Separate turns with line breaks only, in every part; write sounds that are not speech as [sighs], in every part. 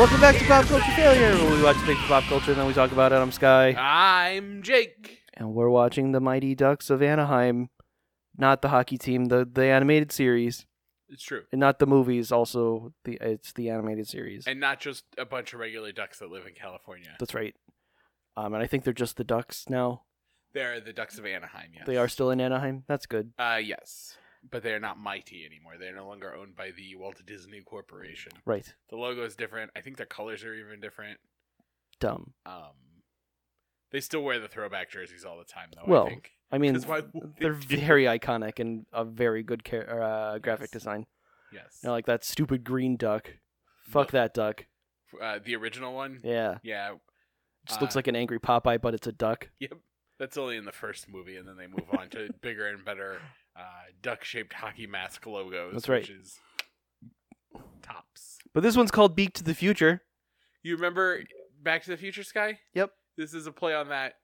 Welcome back to Pop Culture Failure, where we watch things from pop culture and then we talk about it. I'm Sky,
I'm Jake.
and we're watching the Mighty Ducks of Anaheim, not the hockey team, the the animated series,
It's true.
and not the movies. Also, the it's the animated series.
And not just a bunch of regular ducks that live in California.
That's right. Um, and I think they're just the Ducks now.
They're the ducks of Anaheim, yes.
They are still in Anaheim. That's good.
Uh, yes. But they're not mighty anymore. They're no longer owned by the Walt Disney Corporation.
Right.
The logo is different. I think their colors are even different.
Dumb.
Um, they still wear the throwback jerseys all the time, though,
Well,
I think.
I mean,
'Cause why would they [laughs]
they're
do-
very iconic and a very good char- uh, graphic
Yes.
design.
Yes.
You know, like that stupid green duck. Fuck
The-
that duck.
uh, the original one?
Yeah.
Yeah.
Just looks
Uh,
like an angry Popeye, but it's a duck.
Yep. That's only in the first movie, and then they move on
[laughs]
to bigger and better uh, duck shaped hockey mask logos.
That's right.
Which is tops.
But this one's called Beak to the Future.
You remember Back to the Future Sky?
Yep.
This is a play on that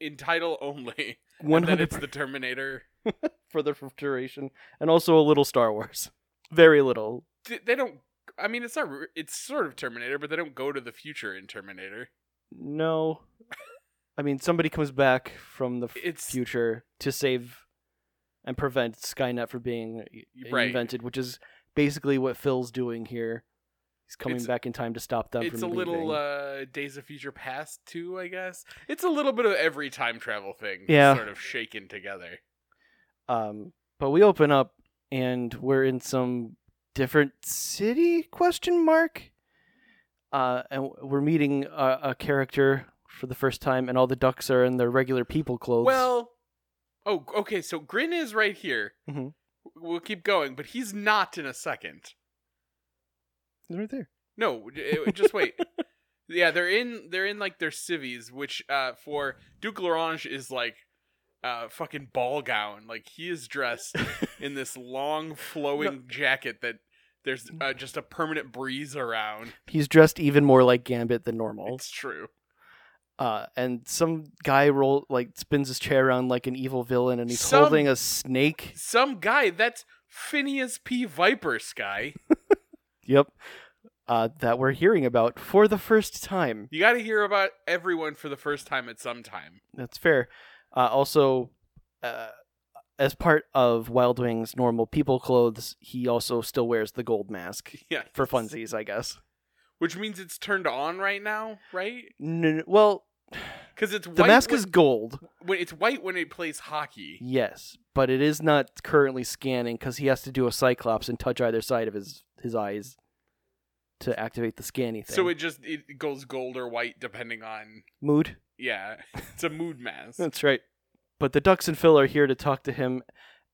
in title only. [laughs]
One
And then
hundred
it's the Terminator.
for the duration, and also a little Star Wars. [laughs] Very little.
Th- They don't. I mean, it's not. re- It's sort of Terminator, but they don't go to the future in Terminator.
No, I mean somebody comes back from the f-
It's-
future to save and prevent Skynet from being i-
Right.
invented, which is basically what Phil's doing here. He's coming
It's-
back in time to stop them
it's a
from
little
leaving.
uh, Days of Future Past too, I guess. It's a little bit of every time travel thing,
Yeah.
sort of shaken together.
Um, but we open up and we're in some different city? Question mark. Uh, and we're meeting a, a character for the first time, and all the ducks are in their regular people clothes.
Well, oh, okay. So Grin is right here.
Mhm.
We'll keep going, but he's not in a second.
They're right there.
No, j- just wait. yeah, they're in. They're in like their civvies, which uh, for Duke Larange is like uh, fucking ball gown. Like he is dressed in this long flowing jacket that there's uh, just a permanent breeze around.
He's dressed even more like Gambit than normal.
It's true.
Uh, and some guy roll like spins his chair around like an evil villain, and he's
Some-
holding a snake.
Some guy that's Phineas P. Viper Sky.
Yep. Uh, that we're hearing about for the first time.
You got to hear about everyone for the first time at some time.
That's fair. Uh, also, uh, as part of Wild Wing's normal people clothes, he also still wears the gold mask
[laughs] Yeah.
for funsies, I guess.
Which means it's turned on right now, right?
N n- well,
Because it's
the
white
mask
when,
is gold,
when it's white when it plays hockey.
yes, but it is not currently scanning because he has to do a cyclops and touch either side of his his eyes to activate the scanny thing.
So it just it goes gold or white depending on
mood. [laughs]
yeah. It's a mood mask.
That's right. But the Ducks and Phil are here to talk to him,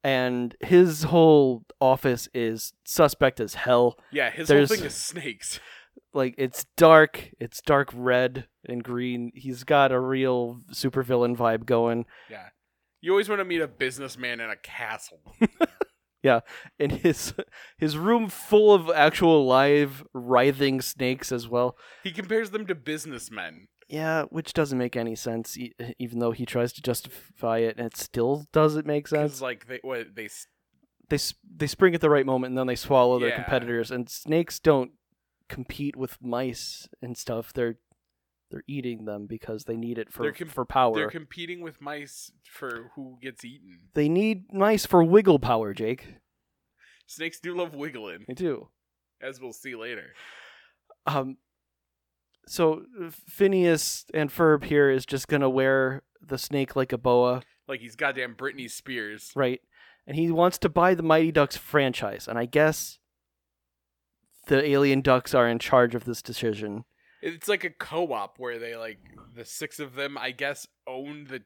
and his whole office is suspect as hell.
Yeah, his
There's-
whole thing is snakes.
like it's dark it's dark red and green he's got a real supervillain vibe going
Yeah. You always want to meet a businessman in a castle.
and [laughs] his his room full of actual live writhing snakes as well
he compares them to businessmen.
yeah which doesn't make any sense e- even though he tries to justify it and it still doesn't make sense
Because like they what they s-
they s- they spring at the right moment and then they swallow their
Yeah.
competitors and snakes don't compete with mice and stuff they're they're eating them because they need it for
They're com-
for power
they're competing with mice for who gets eaten.
They need mice for wiggle power, Jake.
Snakes do love wiggling,
They do.
as we'll see later.
Um, so Phineas and Ferb here is just gonna wear the snake like a boa,
Like he's goddamn Britney Spears.
right? And he wants to buy the Mighty Ducks franchise, and I guess the alien ducks are in charge of this decision.
It's like a co-op where they like the six of them, I guess, own the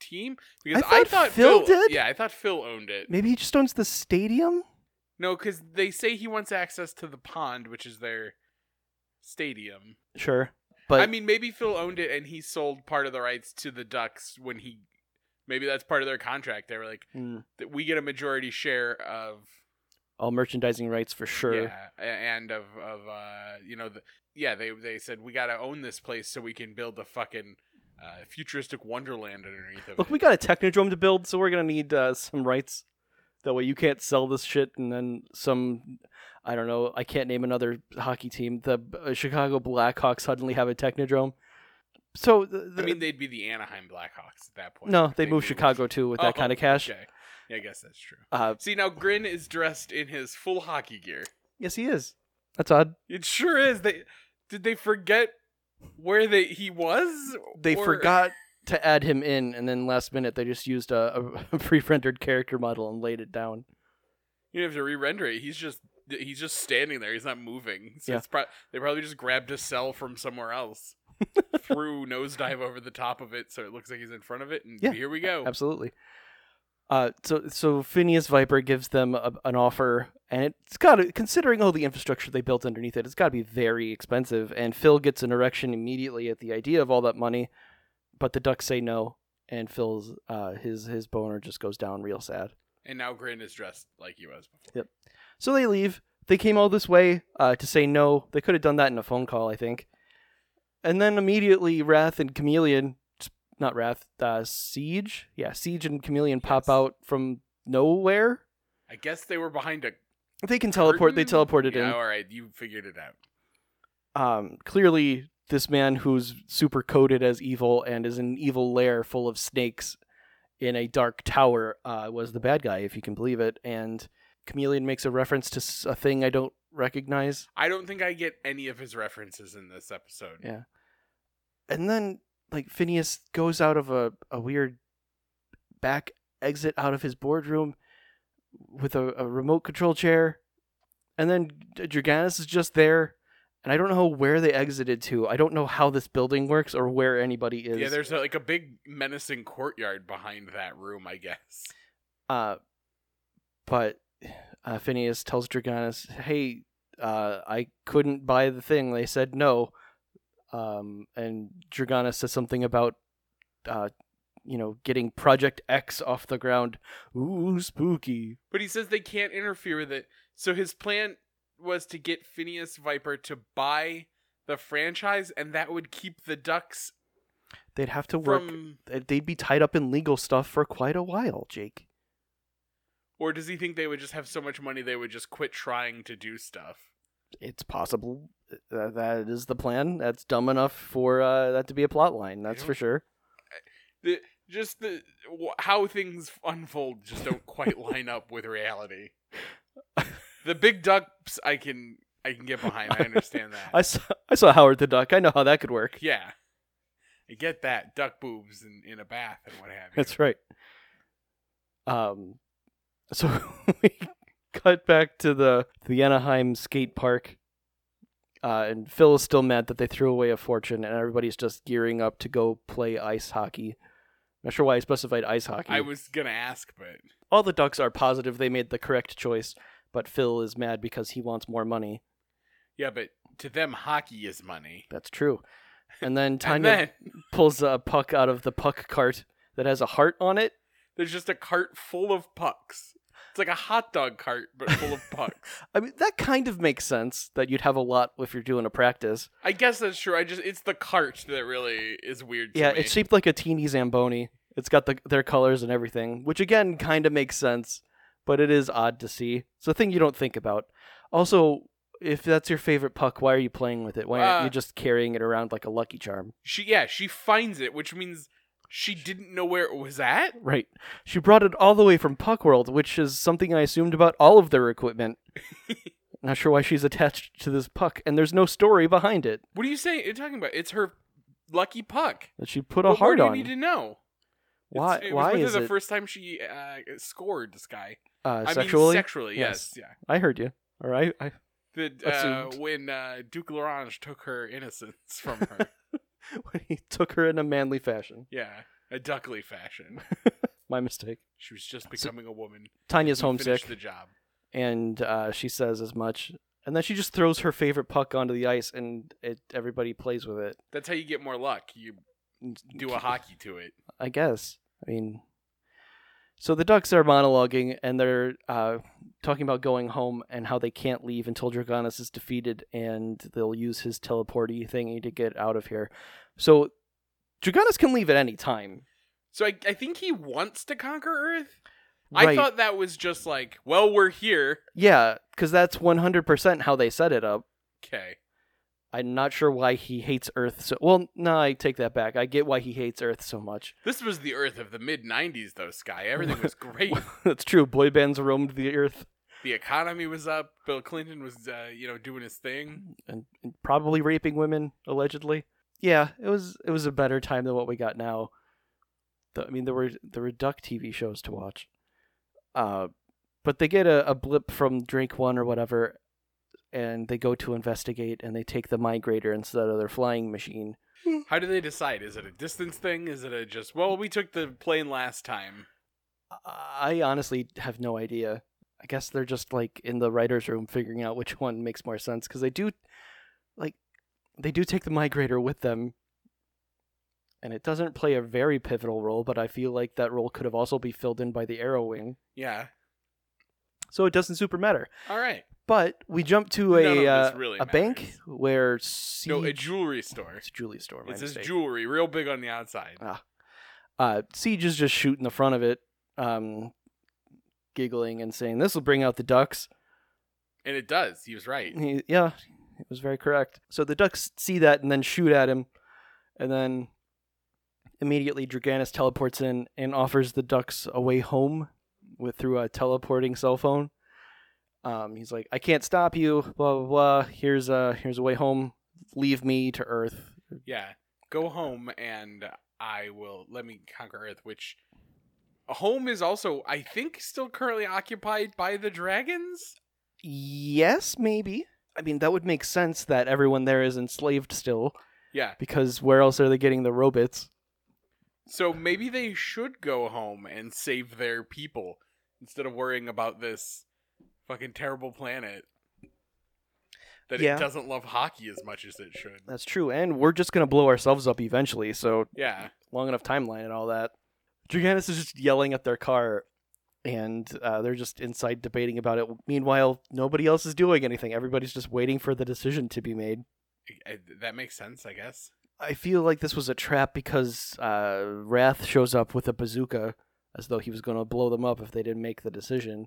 team. Because
I thought Phil did.
Yeah, I thought Phil owned it.
Maybe he just owns the stadium.
No, because they say he wants access to the pond, which is their stadium.
Sure, but
I mean, maybe Phil owned it and he sold part of the rights to the Ducks when he. Maybe that's part of their contract. They were like,
mm,
that we get a majority share of
all merchandising rights for sure.
yeah, a- and of of uh, you know, the, yeah. They they said we gotta own this place so we can build a fucking uh, futuristic wonderland underneath of
Look,
it.
we got a technodrome to build, so we're gonna need uh, some rights. That way, you can't sell this shit, and then some I don't know. I can't name another hockey team. The uh, Chicago Blackhawks suddenly have a technodrome. So the, the,
I mean, they'd be the Anaheim Blackhawks at that point.
no, they moved Chicago too with that
Oh,
kind of cash.
Okay. [laughs] Yeah, I guess that's true.
Uh,
See, now Grin is dressed in his full hockey gear.
yes, he is. That's odd.
It sure is. They did they forget where they he was?
They
Or-
forgot to add him in, and then last minute they just used a, [laughs] a pre-rendered character model and laid it down.
You have to re-render it. He's just he's just standing there. He's not moving. So
Yeah.
it's pro- they probably just grabbed a cell from
[laughs]
somewhere else, threw nosedive over the top of it, so it looks like he's in front of it, and
Yeah.
here we go.
Absolutely. Uh, so so Phineas Viper gives them a, an offer, and it's got to considering all the infrastructure they built underneath it, it's got to be very expensive. And Phil gets an erection immediately at the idea of all that money, but the ducks say no, and Phil's uh, his his boner just goes down real sad.
And now Grin is dressed like he was before.
So they leave. They came all this way uh, to say no. They could have done that in a phone call, I think. And then immediately, Wrath and Chameleon, not Wrath, uh, Siege, yeah, Siege and Chameleon pop
Yes.
out from nowhere.
I guess they were behind a
They can teleport. They
curtain?
teleported
yeah,
in.
All right, you figured it out.
um, clearly this man who's super coded as evil and is in an evil lair full of snakes in a dark tower uh, was the bad guy, if you can believe it. And Chameleon makes a reference to s- a thing I don't recognize.
I don't think I get any of his references in this episode.
Yeah. And then, like, Phineas goes out of a, a weird back exit out of his boardroom with a, a remote control chair. And then Draganus is just there. And I don't know where they exited to. I don't know how this building works or where anybody is.
Yeah, there's a, like a big menacing courtyard behind that room, I guess.
Uh, but uh, Phineas tells Draganus, "Hey, uh, I couldn't buy the thing. They said no." Um, and Draganus says something about, uh, you know, getting Project X off the ground. Ooh, spooky.
But he says they can't interfere with it. So his plan was to get Phineas Viper to buy the franchise, and that would keep the Ducks
They'd have to work.
from.
They'd be tied up in legal stuff for quite a while, Jake.
Or does he think they would just have so much money they would just quit trying to do stuff?
It's possible that that is the plan. That's dumb enough for uh, that to be a plot line. That's for
don't-
sure.
The, just the wh- how things unfold just don't
[laughs]
quite line up with reality. The big ducks, I can I can get behind. I understand that.
[laughs] I saw, I saw Howard the Duck. I know how that could work.
Yeah. I get that. Duck boobs in, in a bath and what have you.
That's right. Um, so [laughs] we cut back to the to the Anaheim skate park, uh, and Phil is still mad that they threw away a fortune, and everybody's just gearing up to go play ice hockey. Not sure why I specified ice hockey.
I was gonna ask, but
All the ducks are positive they made the correct choice, but Phil is mad because he wants more money.
yeah, but to them hockey is money.
That's true. And then
[laughs] And
Tanya
then
pulls a puck out of the puck cart that has a heart on it.
there's just a cart full of pucks. It's like a hot dog cart, but
[laughs]
full of pucks.
I mean, that kind of makes sense that you'd have a lot if you're doing a practice.
I guess that's true. I just it's the cart that really is weird to
yeah,
me.
it's shaped like a teeny Zamboni. It's got the, their colors and everything, which again kind of makes sense, but it is odd to see. It's a thing you don't think about. Also, if that's your favorite puck, why are you playing with it? Why aren't
Uh,
you just carrying it around like a lucky charm?
she yeah, she finds it, which means she didn't know where it was at.
Right. She brought it all the way from Puck World, which is something I assumed about all of their
[laughs]
equipment. Not sure why she's attached to this puck, and there's no story behind it
What are you saying? You're talking about it's her lucky puck.
that she put a
what more
heart
do you
on.
need to know? It's-
why?
It was
why
with her
is
the
it
first time she uh, scored this guy?
uh,
I
sexually?
mean, sexually, yes,
I heard you. All right. I, [laughs]
yeah. The, uh,
Assumed.
when uh, Duke Larange took her innocence from her,
when he took her in a manly fashion.
yeah, a duckly fashion. [laughs]
My mistake.
She was just becoming a woman.
Tanya's
He
homesick,
finished The job.
and uh, she says as much. And then she just throws her favorite puck onto the ice, and it everybody plays with it.
That's how you get more luck. You do a hockey to it.
I guess. I mean, so the ducks are monologuing, and they're uh, talking about going home and how they can't leave until Dragonus is defeated, and they'll use his teleporty thingy to get out of here. So Dragonus can leave at any time.
So I, I think he wants to conquer Earth, I
Right.
thought that was just like, well, we're here.
Yeah, because that's 100% how they set it up.
Okay.
I'm not sure why he hates Earth so. Well, no, I take that back. I get why he hates Earth so much. [laughs]
This was the Earth of the mid '90s, though. Sky, everything was great.
That's true. Boy bands roamed the Earth
the economy was up. Bill Clinton was, uh, you know, doing his thing.
and, and probably raping women allegedly. Yeah, it was it was a better time than what we got now. The, I mean, there were there were duck TV shows to watch, uh, but they get a, a blip from Drake One or whatever, and they go to investigate and they take the migrator instead of their flying machine.
How do they decide? Is it a distance thing? Is it a just? Well, we took the plane last time.
I honestly have no idea. I guess they're just like in the writers' room figuring out which [laughs] one makes more sense because they do, like, they do take the migrator with them, and it doesn't play a very pivotal role. But I feel like that role could have also be filled in by the arrow wing,
Yeah.
so it doesn't super matter.
All right.
But we jump to
None of
a
this
uh,
really
a
matters.
bank where siege...
No, a jewelry store.
it's Julie Store. my
It says
mistake.
jewelry, real big on the outside.
uh, Siege is just shooting the front of it, um, giggling and saying, "This will bring out the ducks."
And it does. He was right.
He, yeah, it was very correct. So the ducks see that and then shoot at him, and then immediately Draganus teleports in and offers the ducks a way home with through a teleporting cell phone. Um, he's like, "I can't stop you." Blah blah blah. Here's a here's a way home. Leave me to Earth.
Yeah. Go home and I will let me conquer Earth, which home is also, I think, still currently occupied by the dragons.
Yes, maybe. I mean, that would make sense that everyone there is enslaved still,
Yeah.
because where else are they getting the robots?
So maybe they should go home and save their people instead of worrying about this fucking terrible planet. That
Yeah.
it doesn't love hockey as much as it should.
That's true, and we're just gonna blow ourselves up eventually. So
Yeah.
long enough timeline and all that. Giganus is just yelling at their car, and uh, they're just inside debating about it. Meanwhile, nobody else is doing anything. Everybody's just waiting for the decision to be made.
I- I- that makes sense, I guess.
I feel like this was a trap because uh, Wrath shows up with a bazooka as though he was going to blow them up if they didn't make the decision.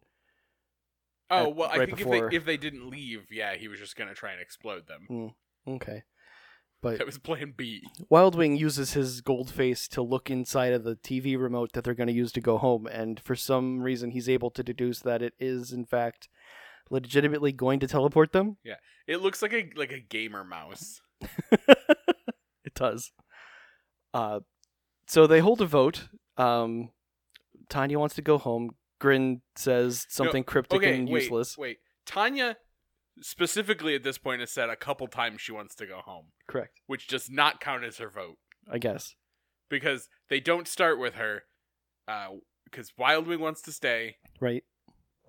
Oh,
At-
well, I
right
think if
before-
they if they didn't leave, yeah, he was just going to try and explode them.
Okay.
That was plan B.
Wildwing uses his gold face to look inside of the TV remote that they're going to use to go home, and for some reason, he's able to deduce that it is, in fact, legitimately going to teleport them.
It looks like a like a gamer mouse.
[laughs] it does. Uh, so they hold a vote. Um, Tanya wants to go home. Grin says something cryptic
Okay,
and
wait,
useless.
wait. Tanya specifically at this point has said a couple times she wants to go home,
Correct,
which does not count as her vote
I guess.
because they don't start with her. uh, Because Wildwing wants to stay.
Right?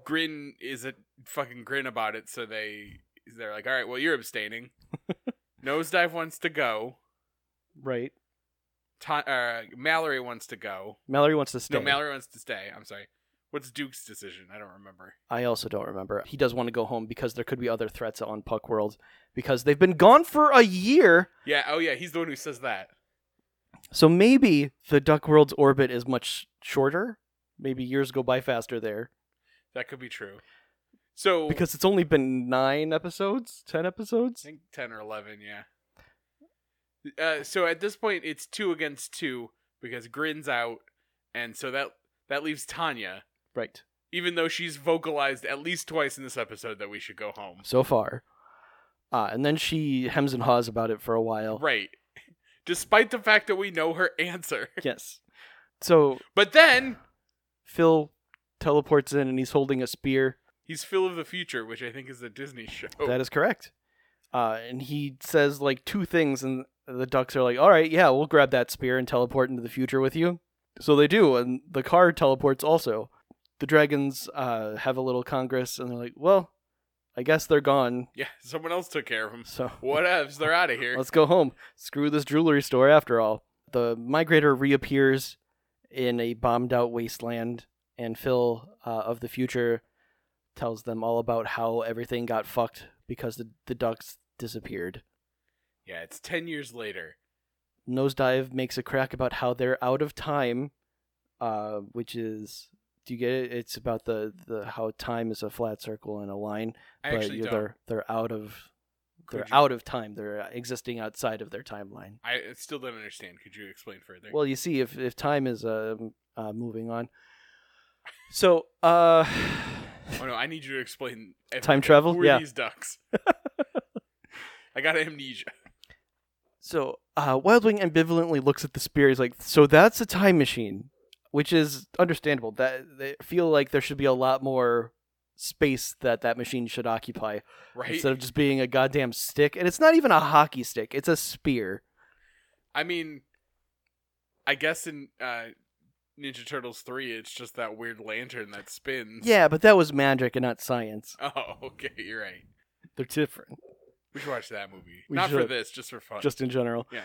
Grin is a fucking grin about it, so they they're like, all right, well you're abstaining.
[laughs]
Nosedive wants to go.
Right.
Ta- uh, Mallory wants to go.
Mallory wants to stay.
No, Mallory wants to stay. I'm sorry. What's Duke's decision? I don't remember.
I also don't remember. He does want to go home because there could be other threats on Puck World because they've been gone for a year.
Yeah. Oh, yeah. He's the one who says that.
So maybe the Duck World's orbit is much shorter. Maybe years go by faster there
That could be true. So
because it's only been nine episodes, ten
I
episodes.
think ten or eleven. Yeah. Uh, so at this point, it's two against two because Grin's out, and so that that leaves Tanya,
Right.
even though she's vocalized at least twice in this episode that we should go home.
so far. Uh, and then she hems and haws about it for a while.
Right. [laughs] Despite the fact that we know her answer, [laughs]
Yes. So
but then
Phil teleports in and he's holding a spear.
he's Phil of the Future, which I think is a Disney show.
That is correct. Uh, and he says like two things, and the ducks are like, all right, yeah, we'll grab that spear and teleport into the future with you. So they do, and the car teleports also. The dragons uh, have a little congress, and they're like, well, I guess they're gone.
yeah, someone else took care of him.
So
Whatevs, they're out of here.
Let's go home. Screw this jewelry store after all. The migrator reappears in a bombed out wasteland, and Phil uh, of the future tells them all about how everything got fucked because the, the ducks disappeared.
Yeah, it's ten years later.
Nosedive makes a crack about how they're out of time, uh, which is Do you get it? It's about the, the how time is a flat circle and a line,
I
but
actually
you're,
don't.
they're they're out of
Could
they're
you-
out of time. They're existing outside of their timeline.
I still don't understand. Could you explain further?
Well, you see, if if time is uh, uh moving on, so uh, [sighs]
oh no, I need you to explain.
Time
everything.
travel?
Who are
Yeah. [laughs]
these ducks? I got amnesia. [laughs]
so uh, Wild Wing ambivalently looks at the spear. He's like, so that's a time machine, which is understandable. That they feel like there should be a lot more space that that machine should occupy
Right.
instead of just being a goddamn stick. And it's not even a hockey stick; it's a spear.
I mean, I guess in uh, Ninja Turtles three, it's just that weird lantern that spins.
Yeah, but that was magic and not science.
[laughs] Oh, okay. You're right.
They're different,
We should watch that movie.
We
Not for
should.
this, just for fun.
just in general.
yeah.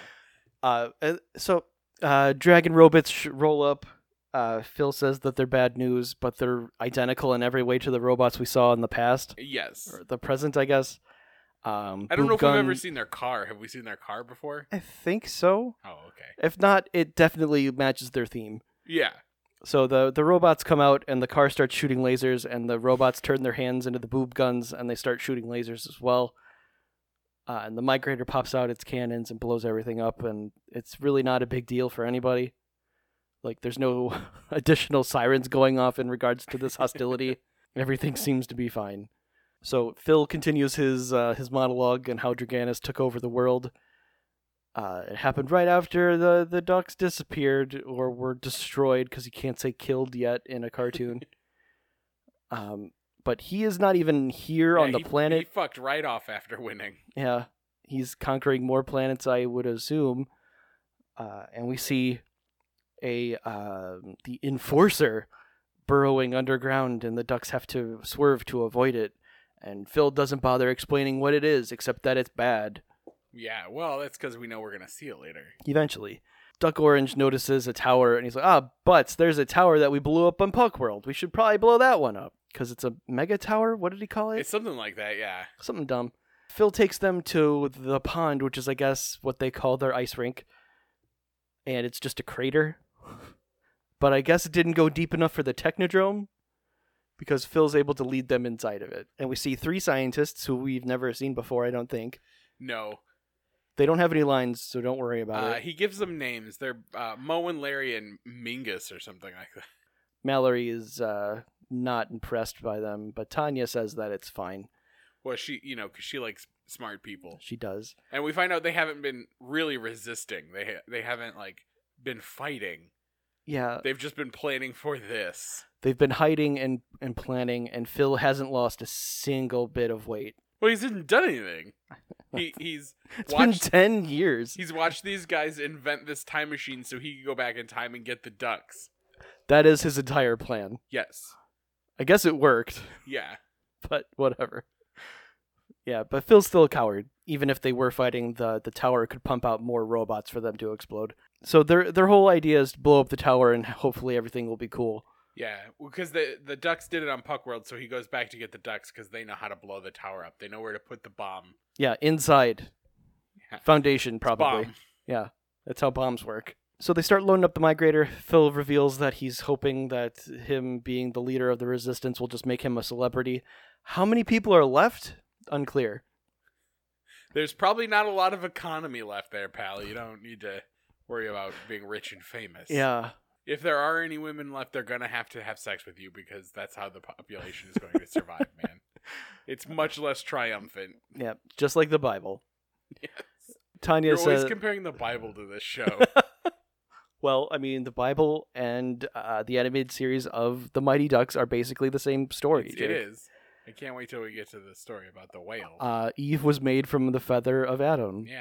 Uh, and so uh, Dragon robots sh- roll up. Uh, Phil says that they're bad news, but they're identical in every way to the robots we saw in the past
Yes.
or the present, I guess. Um,
I don't
Boob
know if
Gun-
we've ever seen their car. Have we seen their car before?
I think so.
Oh, okay.
If not, it definitely matches their theme.
Yeah.
So the the robots come out and the car starts shooting lasers, and the robots turn their hands into the boob guns and they start shooting lasers as well. Uh, and the migrator pops out its cannons and blows everything up, and it's really not a big deal for anybody. Like there's no [laughs] additional sirens going off in regards to this
[laughs]
hostility. everything seems to be fine. So Phil continues his uh, his monologue on how Draganus took over the world. Uh, it happened right after the the ducks disappeared or were destroyed because you can't say killed yet in a
[laughs]
cartoon. um, but he is not even here
Yeah,
on the
he-
planet.
He fucked right off after winning.
Yeah, he's conquering more planets, I would assume. Uh, and we see a um the enforcer burrowing underground, and the ducks have to swerve to avoid it. And Phil doesn't bother explaining what it is, except that it's bad.
Yeah. Well, that's because we know we're gonna see it later.
Eventually, Duck Orange notices a tower, and he's like, "Ah, butts! There's a tower that we blew up on Puck World. We should probably blow that one up because it's a mega tower. What did he call it?
It's something like that. Yeah.
something dumb. Phil takes them to the pond, which is, I guess, what they call their ice rink, and it's just a crater. But I guess it didn't go deep enough for the technodrome, because Phil's able to lead them inside of it, and we see three scientists who we've never seen before. I don't think
No.
they don't have any lines, so don't worry about
Uh,
it.
he gives them names. They're uh, Mo and Larry and Mingus or something like that. [laughs]
Mallory is uh, not impressed by them, but Tanya says that it's fine.
Well, she, you know, because she likes smart people,
She does.
and we find out they haven't been really resisting. They ha- they haven't like been fighting.
Yeah,
They've just been planning for this,
they've been hiding and, and planning, and Phil hasn't lost a single bit of weight.
Well, he's not
[laughs]
done anything. He he's
It's
watched
been 10 years.
he's watched these guys invent this time machine so he could go back in time and get the ducks.
That is his entire plan.
Yes.
I guess it worked, [laughs]
Yeah.
but whatever. Yeah, but Phil's still a coward. Even if they were fighting, the, the tower could pump out more robots for them to explode. So their their whole idea is to blow up the tower and hopefully everything will be cool.
Yeah, because the the ducks did it on Puck World, so he goes back to get the ducks because they know how to blow the tower up. They know where to put the bomb.
Yeah, inside.
Yeah.
Foundation probably.
Bomb.
Yeah, that's how bombs work. So they start loading up the migrator. Phil reveals that he's hoping that him being the leader of the resistance will just make him a celebrity. How many people are left? Unclear.
There's probably not a lot of economy left there, pal. You don't need to worry about being rich and famous.
Yeah.
If there are any women left, they're gonna have to have sex with you because that's how the population is going to
[laughs]
survive, man. It's much less triumphant.
Yeah. Just like the Bible.
Yes.
Tanya
You're always
says,
comparing the Bible to
[laughs]
this show.
well, I mean, the Bible and uh, the animated series of The Mighty Ducks are basically the same story.
It's- it
Jake.
is. I can't wait till we get to the story about the whale.
Uh, Eve was made from the feather of Adam. Yeah.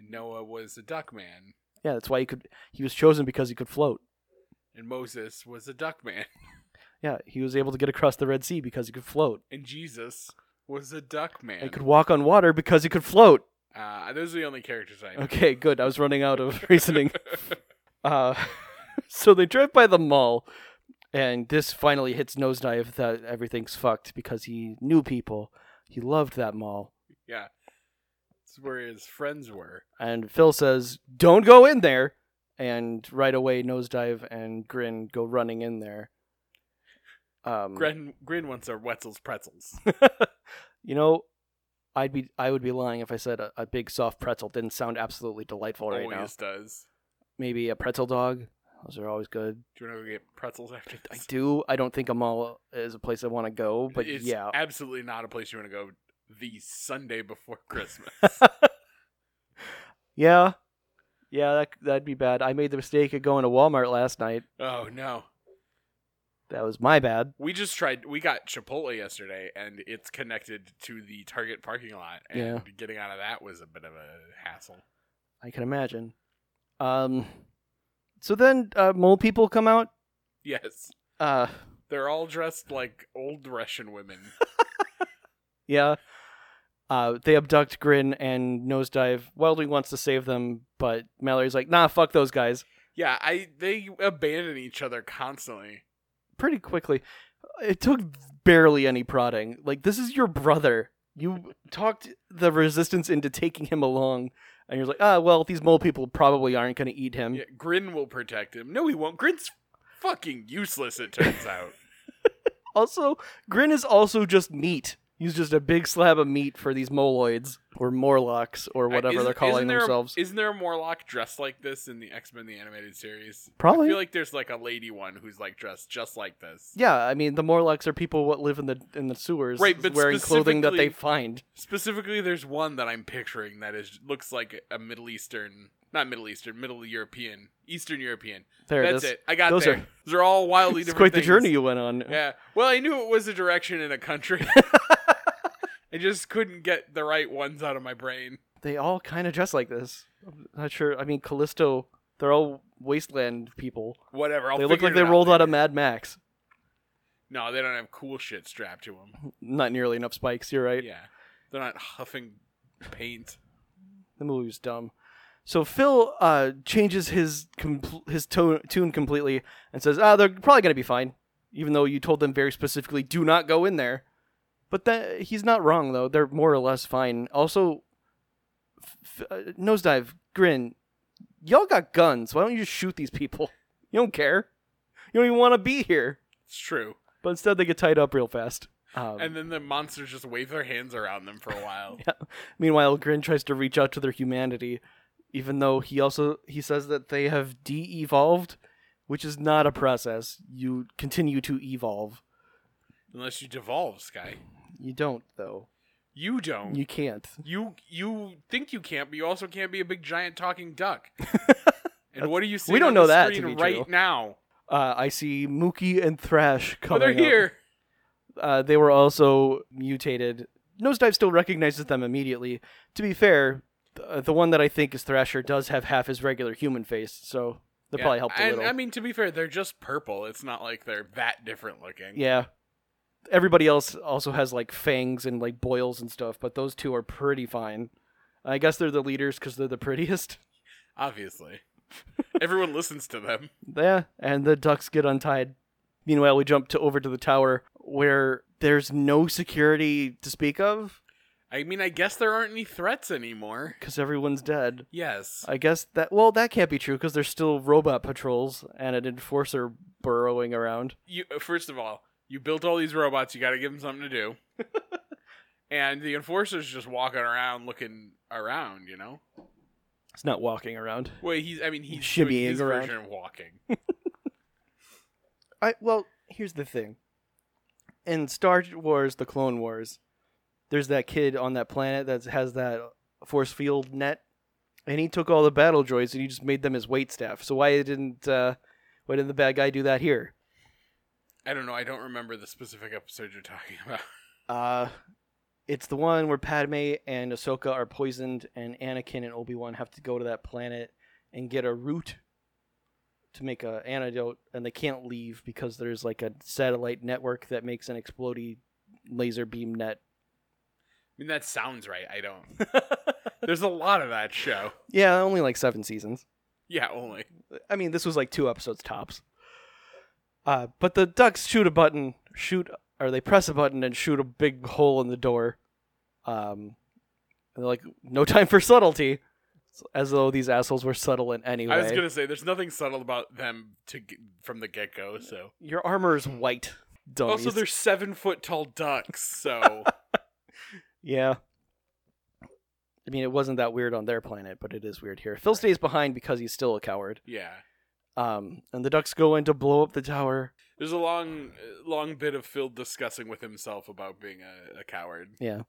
yeah. Noah was a duck man.
that's why he could. He was chosen because he could float.
and Moses was a duck man, [laughs]
Yeah, he was able to get across the Red Sea because he could float.
and Jesus was a duck man.
It could walk on water because it could float.
Uh, those are the only characters I know.
Okay, good. I was running out of [laughs] reasoning. Uh, [laughs] so they drive by the mall, and this finally hits Nosedive that everything's fucked because he knew people. He loved that mall.
[laughs] yeah, that's where his friends were.
And Phil says, Don't go in there. And right away, Nosedive and Grin go running in there. Um,
Grin, Grin wants our Wetzel's pretzels.
[laughs] you know, I'd be I would be lying if I said a, a big soft pretzel didn't sound absolutely delightful right now.
Always does.
Maybe a pretzel dog. Those are always good.
Do you want to go get pretzels after
I
this?
do. I don't think a mall is a place I want to go, but
it's
yeah,
absolutely not a place you want to go the
[laughs]
Sunday before Christmas.
yeah, yeah. That that'd be bad. I made the mistake of going to Walmart last night.
oh no.
That was my bad.
We just tried. We got Chipotle yesterday, and it's connected to the Target parking lot. And
Yeah.
getting out of that was a bit of a hassle.
I can imagine. Um, so then uh, mole people come out.
Yes,
Uh,
they're all dressed like old Russian women. [laughs]
yeah. Uh, they abduct Grin and Nosedive. Welding wants to save them, but Mallory's like, "Nah, fuck those guys."
yeah, I they abandon each other constantly.
Pretty quickly, it took barely any prodding. Like, this is your brother. You talked the resistance into taking him along, and you're like, "Ah, well, these mole people probably aren't going to eat him."
Yeah, Grin will protect him. No, he won't. Grin's fucking useless.
[laughs]
It turns out.
Also, Grin is also just meat. He's just a big slab of meat for these moloids or Morlocks or
I-
whatever
isn't-
they're calling
isn't there a-
themselves.
isn't there a Morlock dressed like this in the X Men the animated series? I
Probably.
feel like there's like a lady one who's like dressed just like this.
yeah, I mean the Morlocks are people what live in the in the sewers,
Right, but
wearing clothing that they
specifically-
find.
Specifically, there's one that I'm picturing that is looks like a Middle Eastern, not Middle Eastern, Middle European, Eastern European.
There
That's
it is.
it. I got
Those
there.
are-
Those are all
[laughs]
wildly
It's quite
different.
the
things.
journey you went on.
Yeah. Well, I knew it was a direction in
[laughs]
a country. I just couldn't get the right ones out of my brain.
They all kind of dress like this. I'm not sure. I mean Callisto, they're all wasteland people.
Whatever. I'll
they look
figure
like
it
they rolled
out.
out of Mad Max.
No, they don't have cool shit strapped to them.
Not nearly enough spikes. You're right.
Yeah. They're not huffing paint.
The movie was dumb. So Phil uh, changes his compl- his tone- tune completely and says, "Ah, they're probably gonna be fine," even though you told them very specifically, "Do not go in there." But that he's not wrong though; they're more or less fine. Also, f- f- uh, nosedive, grin, y'all got guns. Why don't you just shoot these people? You don't care. You don't even want to be here.
It's true.
But instead, they get tied up real fast. Um,
And then the monsters just wave their hands around them for
[laughs]
a while.
Meanwhile, Grin tries to reach out to their humanity, even though he also he says that they have de-evolved, which is not a process. You continue to evolve.
Unless you devolve, Sky.
You don't though.
You don't.
You can't.
You you think you can't, but you also can't be a big giant
[laughs]
talking duck. and what are you seeing?
don't
on
know
the
that to
screen
be
right
true.
now.
Uh, I see Mookie and Thrash
Oh,
coming.
they're
up.
here.
Uh, they were also mutated. Nosedive still recognizes them immediately. To be fair, th- uh, the one that I think is Thrasher does have half his regular human face, so that
Yeah.
probably helped a
And,
little.
I mean, to be fair, they're just purple. It's not like they're that different looking.
Yeah. Everybody else also has like fangs and like boils and stuff, but those two are pretty fine. I guess they're the leaders because they're the prettiest. [laughs]
Obviously. Everyone listens to them.
Yeah, and the ducks get untied. Meanwhile, we jump to over to the tower where there's no security to speak of
I mean, I guess there aren't any threats anymore.
because everyone's dead.
Yes.
I guess that well, that can't be true because there's still robot patrols and an enforcer burrowing around.
you uh, first of all, you built all these robots. You got to give them something
[laughs]
to do. and the enforcers just walking around, looking around. You know.
It's not walking around.
Well, he's. I mean, he's
Shimmying
doing his
around.
version of walking.
I well, here's the thing. In Star Wars: The Clone Wars, there's that kid on that planet that has that force field net, and he took all the battle droids and he just made them his weight staff. So why didn't uh, why didn't the bad guy do that here?
I don't know. I don't remember the specific episode you're talking [laughs] about.
Uh, it's the one where Padme and Ahsoka are poisoned, and Anakin and Obi Wan have to go to that planet and get a root to make a antidote, and they can't leave because there's like a satellite network that makes an explodey laser beam net.
I mean, that sounds right.
[laughs]
I don't. There's a lot of that show.
yeah, only like seven seasons.
Yeah, only.
I mean, this was like two episodes tops. Uh, but the ducks shoot a button, shoot, or they press a button and shoot a big hole in the door. Um, and they're like, no time for subtlety. It's as though these assholes were subtle in any way.
I was gonna say there's nothing subtle about them to g- from the get go. So
Your armor is white. Dummies.
Also, they're seven foot tall ducks,
[laughs]
so
yeah. I mean, it wasn't that weird on their planet, but it is weird here. Phil stays behind because he's still a coward.
yeah.
Um, and the ducks go in to blow up the tower.
There's a long, uh, long bit of Phil discussing with himself about being a, a coward.
Yeah.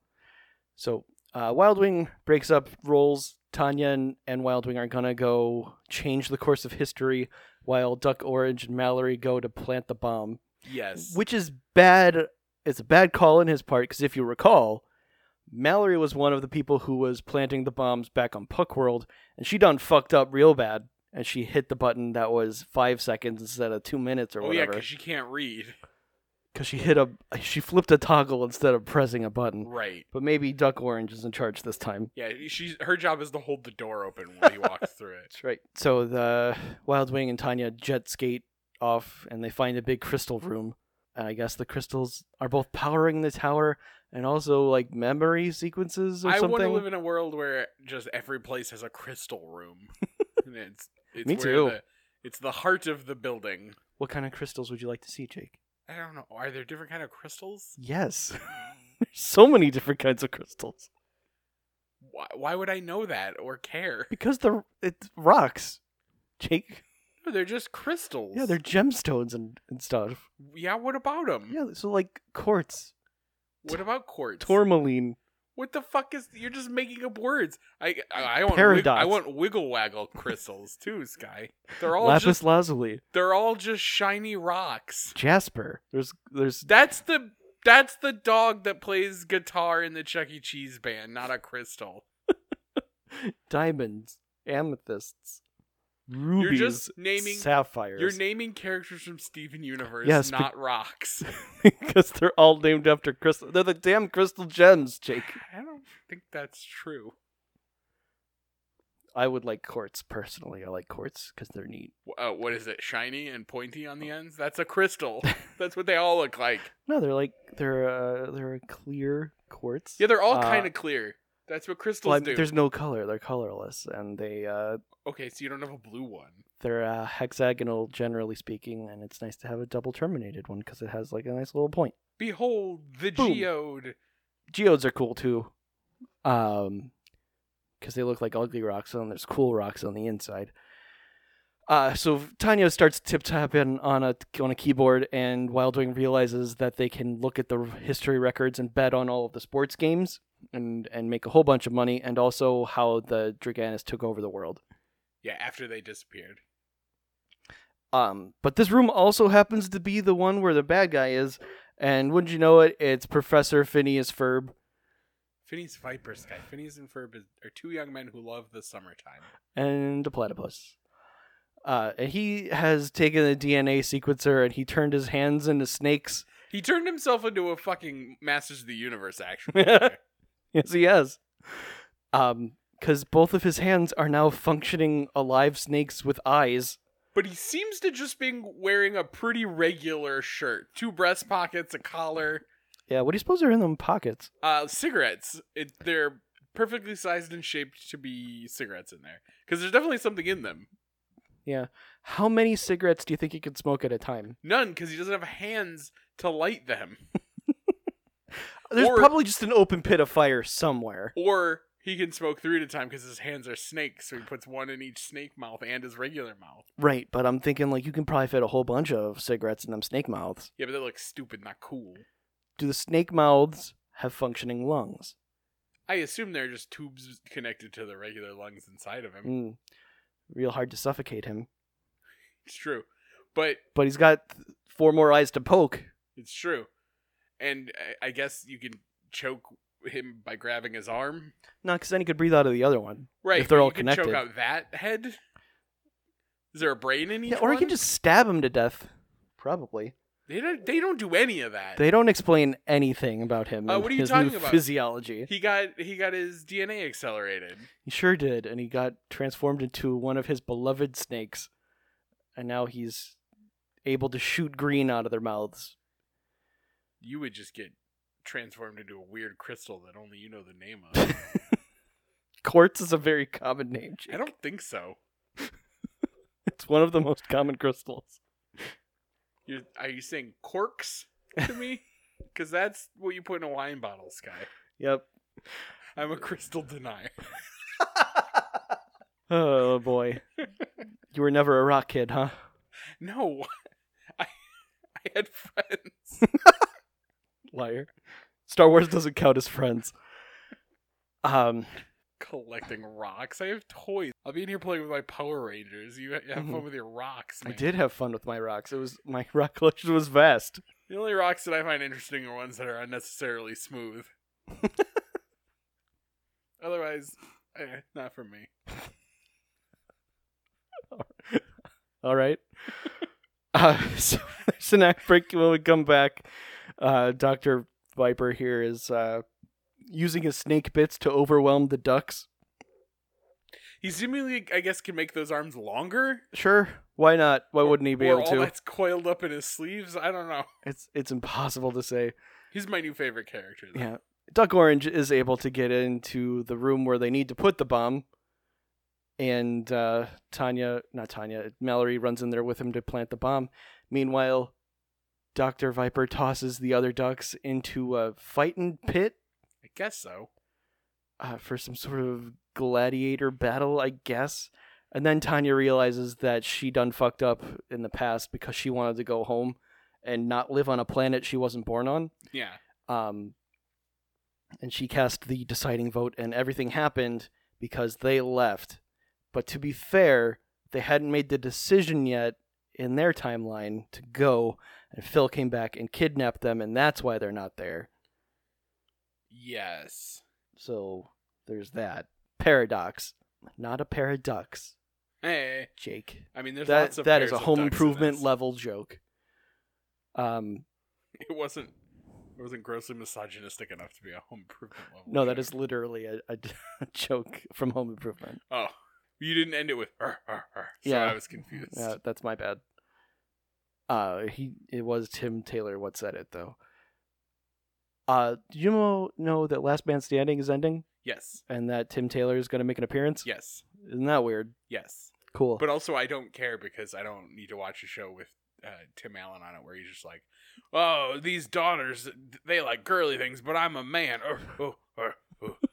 So uh, Wild Wing breaks up, rolls. Tanya and, and Wild Wing are going to go change the course of history while Duck Orange and Mallory go to plant the bomb,
Yes.
which is bad. It's a bad call on his part because if you recall, Mallory was one of the people who was planting the bombs back on Puck World, and she done fucked up real bad. And she hit the button that was five seconds instead of two minutes or
oh yeah,
whatever.
because she can't read.
[laughs] Because she hit a, she flipped a toggle instead of pressing a button.
Right.
But maybe Duck Orange is in charge this time.
Yeah. She's her job is to hold the door open when he
[laughs]
walks through it.
That's right. So the Wild Wing and Tanya jet skate off and they find a big crystal room. And I guess the crystals are both powering the tower and also like memory sequences or
I want to
something.
live in a world where just every place has a crystal
[laughs]
room. and it's, it's
Me
where
too.
The, it's the heart of the building.
What kind of crystals would you like to see, Jake?
I don't know. Are there different kind of crystals?
Yes. [laughs] There's so many different kinds of crystals.
Why, why would I know that or [laughs] care?
Because they're it's rocks. Jake.
No, they're just crystals.
Yeah, they're gemstones and, and stuff.
Yeah, what about them?
Yeah, so like quartz,
What about quartz?
tourmaline.
What the fuck is you're just making up words? I I, I want wig,
Paradox.
I want
[laughs]
wiggle waggle crystals too, Sky. They're all
lapis
just
lazuli,
they're all just shiny rocks.
jasper. There's there's
That's the that's the dog that plays guitar in the Chuck E. Cheese band, not a crystal.
diamonds, amethysts, rubies,
You're just naming
sapphires.
you're naming characters from Steven Universe,
Yes, but-
not rocks.
[laughs] because they're all named after crystal. They're the damn crystal gems, Jake.
[laughs] I don't think that's true.
I would like quartz personally. I like quartz because they're neat.
Wh- Uh, what is it? Shiny and pointy on the
Oh.
ends? That's a crystal. [laughs] that's what they all look like.
No, they're like they're uh, they're a clear quartz.
Yeah, they're all
Uh,
kind of clear. That's what crystals
Well, I mean,
do.
there's no color. They're colorless, and they uh,
Okay, so you don't have a blue one.
they're uh, hexagonal, generally speaking. And it's nice to have a double terminated one because it has like a nice little point.
Behold the
Boom.
geode.
geodes are cool too um because they look like ugly rocks and there's cool rocks on the inside uh so tanya starts tip tapping on a on a keyboard and wild wing realizes that they can look at the history records and bet on all of the sports games and and make a whole bunch of money and also how the draganis took over the world
Yeah, after they disappeared.
um but this room also happens to be the one where the bad guy is and wouldn't you know it it's professor phineas ferb
Phineas Viper Sky. Phineas and Ferb is- are two young men who love the summertime.
and a platypus. Uh, and he has taken the DNA sequencer and he turned his hands into snakes.
He turned himself into a fucking Masters of the Universe
[laughs]
action. figure.
Yes, he has. Um, because both of his hands are now functioning alive snakes with eyes.
but he seems to just be wearing a pretty regular shirt. Two breast pockets, a collar,
Yeah, what do you suppose are in them pockets?
uh, cigarettes. It, they're perfectly sized and shaped to be cigarettes in there. Because there's definitely something in them.
How many cigarettes do you think he could smoke at a time?
None, because he doesn't have hands to light them.
There's
Or-
probably just an open pit of fire somewhere.
Or he can smoke three at a time because his hands are snakes, so he puts one in each snake mouth and his regular mouth.
Right, but I'm thinking like you can probably fit a whole bunch of cigarettes in them snake mouths.
Yeah, but that looks stupid, not cool.
Do the snake mouths have functioning lungs?
I assume they're just tubes connected to the regular lungs inside of him.
Mm. Real hard to suffocate him.
It's true, but
but he's got four more eyes to poke.
it's true, and I- I guess you can choke him by grabbing his arm.
No, because then he could breathe out of the other one.
Right,
If they're
but
all
you can
connected.
choke out that head. Is there a brain in each
Yeah, or he
one?
can just stab him to death. Probably.
they don't they don't do any of that.
They don't explain anything about him.
Uh,
and
what are you
his
talking
new
about?
Physiology.
he got he got his DNA accelerated.
He sure did, and he got transformed into one of his beloved snakes, and now he's able to shoot green out of their mouths.
you would just get transformed into a weird crystal that only you know the name of.
Quartz is a very common name. Jake. [laughs]
I don't think so.
It's one of the most common crystals.
You're, are you saying corks?
[laughs]
to me? Because that's what you put in a wine bottle, Sky.
Yep.
I'm a crystal denier.
[laughs] Oh boy. you were never a rock kid, huh?
No, [laughs] I, I had friends.
Liar. Star Wars doesn't count as friends. Um
collecting rocks. I have toys. I'll be in here playing with my Power Rangers. You ha- have
Mhm.
fun with your rocks.
I
Man.
did have fun with my rocks. It was my [laughs] rock collection was vast.
The only rocks that I find interesting are ones that are
[laughs]
unnecessarily smooth. Otherwise, eh, not for me.
All right. uh, [laughs] so there's an act break when we come back. Uh, Dr. Viper here is uh, using his snake bits to overwhelm the ducks.
He seemingly, I guess, can make those arms longer.
Sure, why not? Why wouldn't he be
or
able
all
to?
that's coiled up in his sleeves. I don't know.
It's it's impossible to say.
He's my new favorite character. Though.
Yeah. Duck Orange is able to get into the room where they need to put the bomb. And uh, Tanya, not Tanya, Mallory runs in there with him to plant the bomb. Meanwhile, Dr. Viper tosses the other ducks into a fighting pit
I guess so.
uh, for some sort of gladiator battle, I guess. And then Tanya realizes that she done fucked up in the past because she wanted to go home and not live on a planet she wasn't born on
Yeah.
um, and she cast the deciding vote, and everything happened because they left. But to be fair, they hadn't made the decision yet in their timeline to go, and Phil came back and kidnapped them, and that's why they're not there.
Yes.
So there's that paradox, not a paradox,
Hey.
Jake.
I mean, there's
that
lots of
that is
pairs
a
of
home
ducks in
improvement
this.
level joke. Um,
[laughs] It wasn't. It wasn't grossly misogynistic enough to be a home improvement level.
no, that
joke.
is literally a, [laughs] a joke from Home Improvement.
[laughs] Oh, you didn't end it with. "Er, er, er," so
Yeah.
I was confused.
Yeah, that's my bad. Uh, he it was Tim Taylor what said it though. Uh, do you know, know that Last Man Standing is ending
Yes.
and that Tim Taylor is going to make an appearance?
Yes.
Isn't that weird?
Yes.
Cool.
But uh, also, I don't care because I don't need to watch a show with uh, Tim Allen on it where he's just like, "Oh, these daughters, they like girly things, but I'm a man." [laughs] Er, oh, er, oh."
[laughs]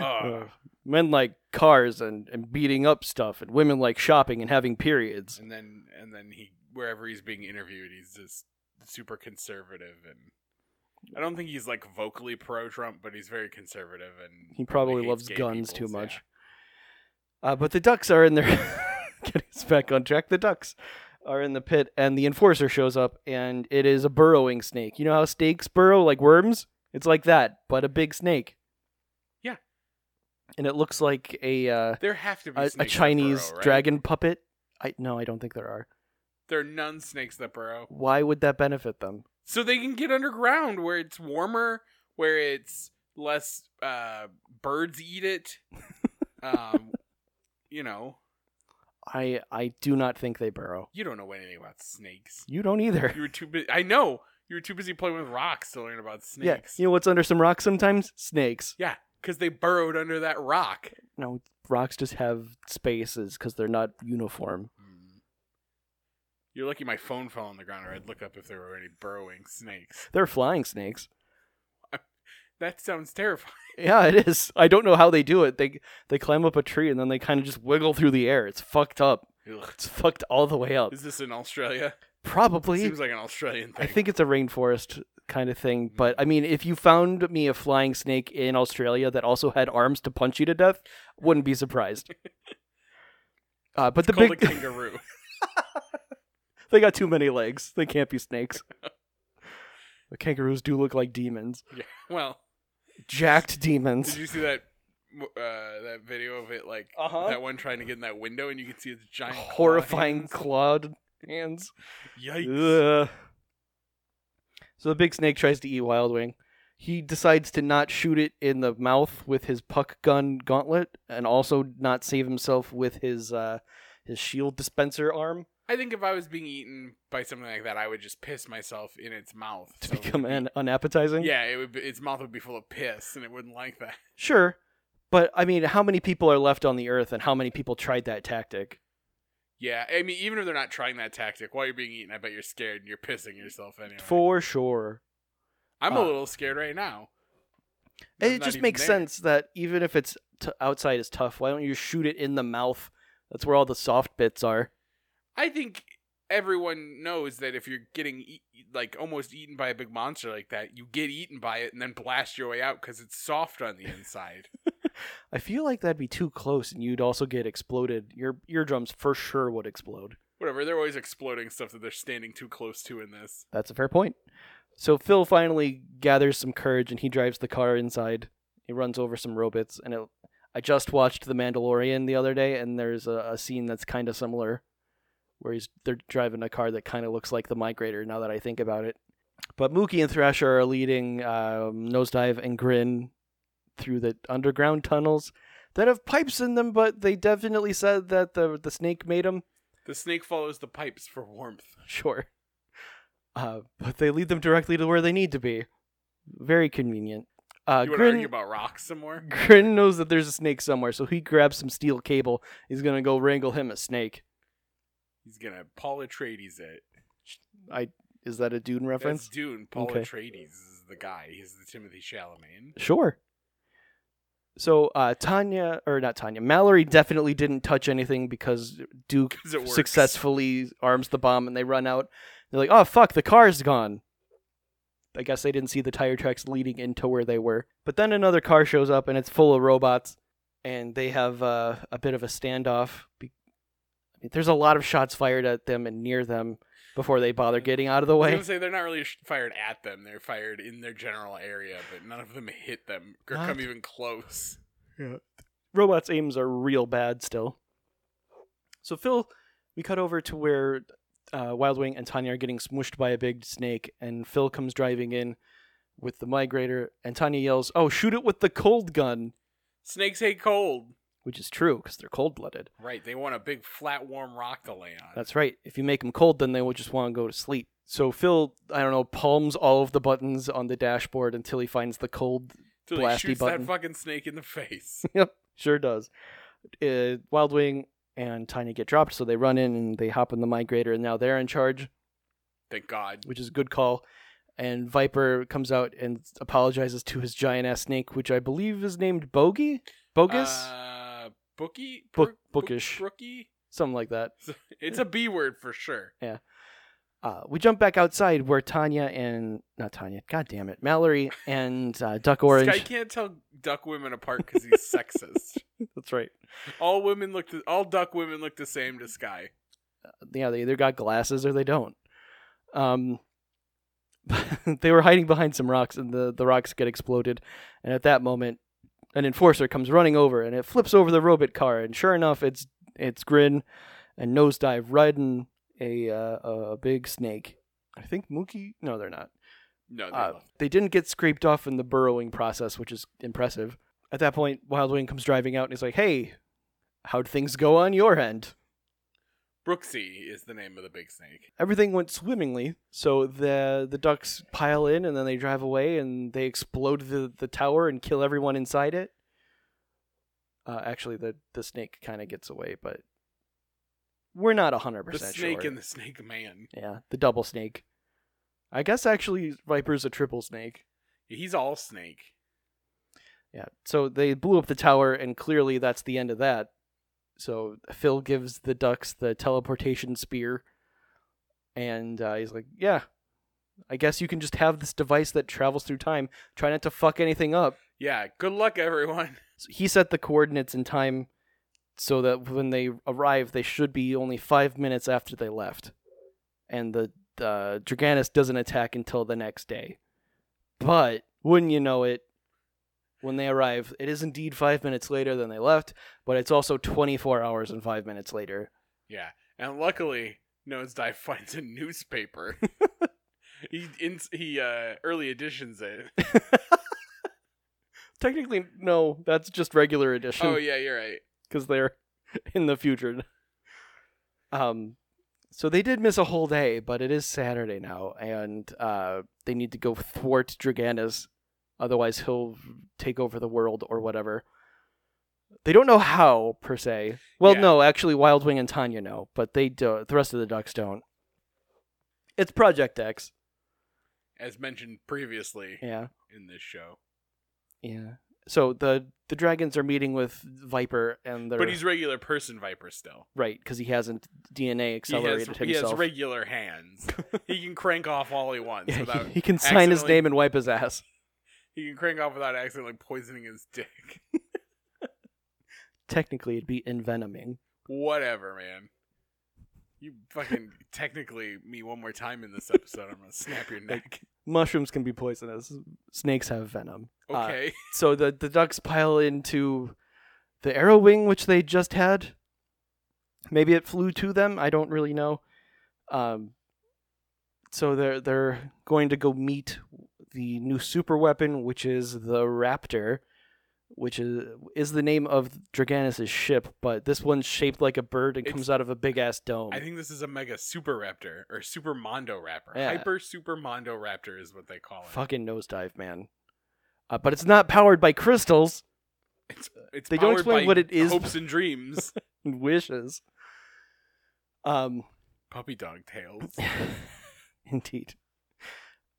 Uh,
Uh, men like cars and, and beating up stuff, and women like shopping and having periods.
and then, and then he, wherever he's being interviewed, he's just super conservative, and I don't think he's like vocally pro-Trump, but he's very conservative, and
He probably
hates
loves
gay
guns
people,
too
so yeah.
much. Uh, but the ducks are in there. [laughs] Getting us back on track. The ducks are in the pit, and the enforcer shows up, and it is a burrowing snake. You know how snakes burrow like worms? It's like that, but a big snake.
Yeah.
And it looks like a uh,
There have to be
a,
snakes
a
that
Chinese
burrow, right?
dragon puppet. I no, I don't think there are.
There are none snakes that burrow.
Why would that benefit them?
so they can get underground where it's warmer, where it's less uh, birds eat
[laughs]
it. Um, you know,
I I do not think they burrow.
you don't know anything about snakes.
You don't either. [laughs]
You were too busy. I know you were too busy playing with rocks to learn about
Yeah,
snakes.
you know what's under some rocks sometimes? Snakes.
Yeah, because they burrowed under that rock.
No, rocks just have spaces because they're not uniform.
You're lucky my phone fell on the ground, or I'd look up if there were any burrowing snakes.
They're flying snakes.
That sounds terrifying.
Yeah, it is. I don't know how they do it. They they climb up a tree and then they kind of just wiggle through the air. It's fucked up.
Ugh.
It's fucked all the way up.
Is this in Australia?
Probably.
Seems like Mm-hmm. an Australian
I
thing.
think it's a rainforest kind of thing. But I mean, if you found me a flying snake in Australia that also had arms to punch you to death, wouldn't be
[laughs]
surprised. Uh, but the
called
big
a kangaroo.
[laughs]
[laughs]
they got too many legs. They can't be
[laughs]
snakes. the kangaroos do look like demons,
yeah. Well.
jacked demons.
Did you see that uh, that video of it like
Uh-huh.
that one trying to get in that window and you can see its giant claw
horrifying
hands?
clawed hands.
Yikes.
Ugh. So the big snake tries to eat Wild Wing. He decides to not shoot it in the mouth with his puck gun gauntlet, and also not save himself with his uh, his shield dispenser arm
I think if I was being eaten by something like that I would just piss myself in its mouth.
to
So it
become
would be-
an unappetizing.
Oh, Yeah, it would be, its mouth would be full of piss and it wouldn't like that.
sure, but I mean, how many people are left on the earth, and how many people tried that tactic?
Yeah, I mean even if they're not trying that tactic while you're being eaten, I bet you're scared and you're pissing yourself anyway.
For sure.
I'm
Uh,
a little scared right now. I'm
It
not
just
even
makes
there.
sense that even if it's t- outside is tough, why don't you shoot it in the mouth? That's where all the soft bits are.
I think everyone knows that if you're getting e- like almost eaten by a big monster like that, you get eaten by it and then blast your way out because it's soft on
[laughs]
the inside.
I feel like that'd be too close, and you'd also get exploded. Your eardrums for sure would explode.
Whatever. They're always exploding stuff that they're standing too close to in this.
That's a fair point. So Phil finally gathers some courage and he drives the car inside. He runs over some robots, and it, I just watched The Mandalorian the other day, and there's a, a scene that's kind of similar, where he's they're driving a car that kind of looks like the Migrator. Now that I think about it, but Mookie and Thrasher are leading um, Nosedive and Grin through the underground tunnels that have pipes in them, but they definitely said that the the snake made them.
The snake follows the pipes for warmth.
Sure. Uh, but they lead them directly to where they need to be. Very convenient. Uh,
you want to argue
Grin,
about rocks some more?
[laughs] Grin knows that there's a snake somewhere, so he grabs some steel cable. He's going to go wrangle him a snake.
He's gonna Paul Atreides it.
Is that a Dune reference?
That's Dune. Paul
Okay.
Atreides is the guy. He's the Timothy Chalamet. [laughs]
Sure. So uh, Tanya, or not Tanya, Mallory definitely didn't touch anything because Duke
'Cause it works.
successfully arms the bomb and they run out. They're like, oh, fuck, the car's gone. I guess they didn't see the tire tracks leading into where they were. But then another car shows up and it's full of robots and they have uh, a bit of a standoff. Be- I mean, there's a lot of shots fired at them and near them before they bother getting out of the
I was
way.
gonna say they're not really sh- fired at them. They're fired in their general area, but none of them hit them or
Not-
come even close.
robots' aims are real bad still. So Phil, we cut over to where uh, Wildwing and Tanya are getting smooshed by a big snake, and Phil comes driving in with the migrator, and Tanya yells, "Oh, shoot it with the cold gun!"
Snakes hate cold.
Which is true because they're cold-blooded.
Right. They want a big flat, warm rock to lay on.
That's right. If you make them cold, then they will just want to go to sleep. So Phil, I don't know, palms all of the buttons on the dashboard until he finds the cold [laughs]
Till he
blasty
shoots
button.
that fucking snake in the [laughs] face.
yep, sure does. Uh, Wild Wing and Tiny get dropped, so they run in and they hop in the migrator, and now they're in charge,
Thank God.
which is a good call. And Viper comes out and apologizes to his giant ass snake, which I believe is named Bogey, Bogus,
Uh, bookie.
Book-
Bro-
bookish.
Brookie.
something like that.
It's a B word for sure.
Uh, we jump back outside where Tanya and not Tanya, god damn it, Mallory and uh, Duck Orange.
This guy can't tell duck women apart because he's
[laughs]
sexist.
That's right.
All women look. The, all duck women look the same to Sky.
yeah, they either got glasses or they don't. Um, [laughs] they were hiding behind some rocks, and the, the rocks get exploded. And at that moment, an enforcer comes running over, and it flips over the robot car. And sure enough, it's it's Grin and Nosedive riding a uh, a big snake. I think Mookie. No, they're not.
No, they
Uh,
love-
they didn't get scraped off in the burrowing process, which is impressive. At that point, Wild Wing comes driving out and he's like, "Hey, how'd things go on your end?"
Brooksy is the name of the big snake.
everything went swimmingly. So the the ducks pile in and then they drive away and they explode the, the tower and kill everyone inside it. Uh, actually, the the snake kind of gets away, but we're not hundred
The
percent sure.
snake and the snake man.
yeah, the double snake. I guess actually Viper's a triple snake.
He's all snake.
Yeah. So they blew up the tower, and clearly that's the end of that. So Phil gives the ducks the teleportation spear, and uh, he's like, "Yeah, I guess you can just have this device that travels through time. Try not to fuck anything up."
Yeah. Good luck, everyone. [laughs]
So he set the coordinates in time so that when they arrive, they should be only five minutes after they left, and the uh, Draganus doesn't attack until the next day. But wouldn't you know it, when they arrive, it is indeed five minutes later than they left, but it's also 24 hours and five minutes later.
Yeah. And luckily, Nosedive [laughs] finds a newspaper.
[laughs]
he in, he uh, early
[laughs]
editions it.
Technically, no, that's just regular edition.
oh yeah, you're right.
because they're [laughs] in the future. Um, so they did miss a whole day, but it is Saturday now, and uh, they need to go thwart Draganus, otherwise he'll take over the world or whatever. They don't know how per se. Well,
Yeah.
no, actually, Wild Wing and Tanya know, but they do. The rest of the ducks don't. It's Project X.
as mentioned previously
Yeah.
in this show.
Yeah. So the the dragons are meeting with Viper, and they're
But he's regular person Viper still.
right because he hasn't DNA
He has,
accelerated
he
himself.
has regular
[laughs]
hands. he can crank off all he wants
Yeah,
without
he, he can sign his
accidentally-
name and wipe his ass.
he can crank off without accidentally poisoning his dick. [laughs]
Technically, it'd be envenoming.
Whatever, man. You
[laughs]
fucking technically me one more time in this episode, I'm gonna snap your neck.
Mushrooms can be poisonous. Snakes have venom. Uh,
Okay.
so the the ducks pile into the arrow wing which they just had. Maybe it flew to them. I don't really know. Um, so they're they're going to go meet the new super weapon, which is the Raptor, which is is the name of Draganus' ship. But this one's shaped like a bird and
It's-
comes out of a big ass dome.
I think this is a mega super raptor or super mondo raptor.
Yeah.
Hyper super mondo raptor is what they call it.
Fucking nosedive, man. Uh, but it's not powered by crystals. [laughs]
It's, it's
They don't
powered
explain
by
what it is.
Hopes
[laughs]
and dreams.
and Wishes. Um. [laughs]
Puppy dog tails.
Indeed.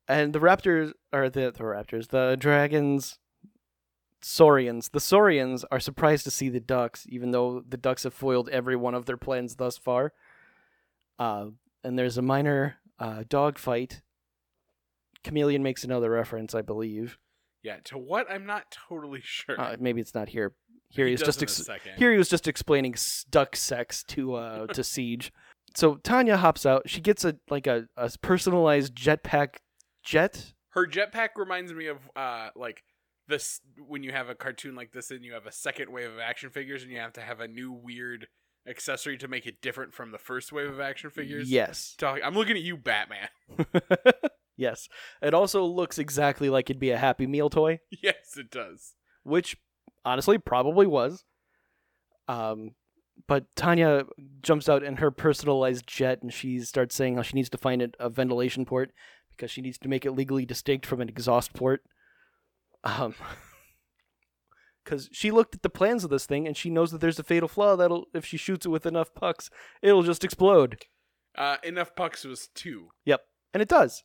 And the raptors are the, the raptors, the dragons, saurians. The saurians are surprised to see the ducks, even though the ducks have foiled every one of their plans thus far. Uh, and there's a minor uh, dog fight. Chameleon makes another reference, I believe.
Yeah, to what I'm not totally sure.
Uh, maybe it's not here. Here
he
he's
does
just
in
ex-
a second.
Here he was just explaining s- duck sex to uh to Siege. So Tanya hops out. She gets a like a, a personalized jetpack jet.
Her jetpack reminds me of uh like this when you have a cartoon like this and you have a second wave of action figures and you have to have a new weird accessory to make it different from the first wave of action figures.
Yes. [laughs]
Talk- I'm looking at you, Batman. [laughs]
yes. It also looks exactly like it'd be a Happy Meal toy,
yes, it does.
which honestly probably was. Um but Tanya jumps out in her personalized jet and she starts saying how she needs to find a- a ventilation port because she needs to make it legally distinct from an exhaust port. Um [laughs] cuz she looked at the plans of this thing and she knows that there's a fatal flaw that'll if she shoots it with enough pucks, it'll just explode.
Uh, enough pucks was two.
And it does.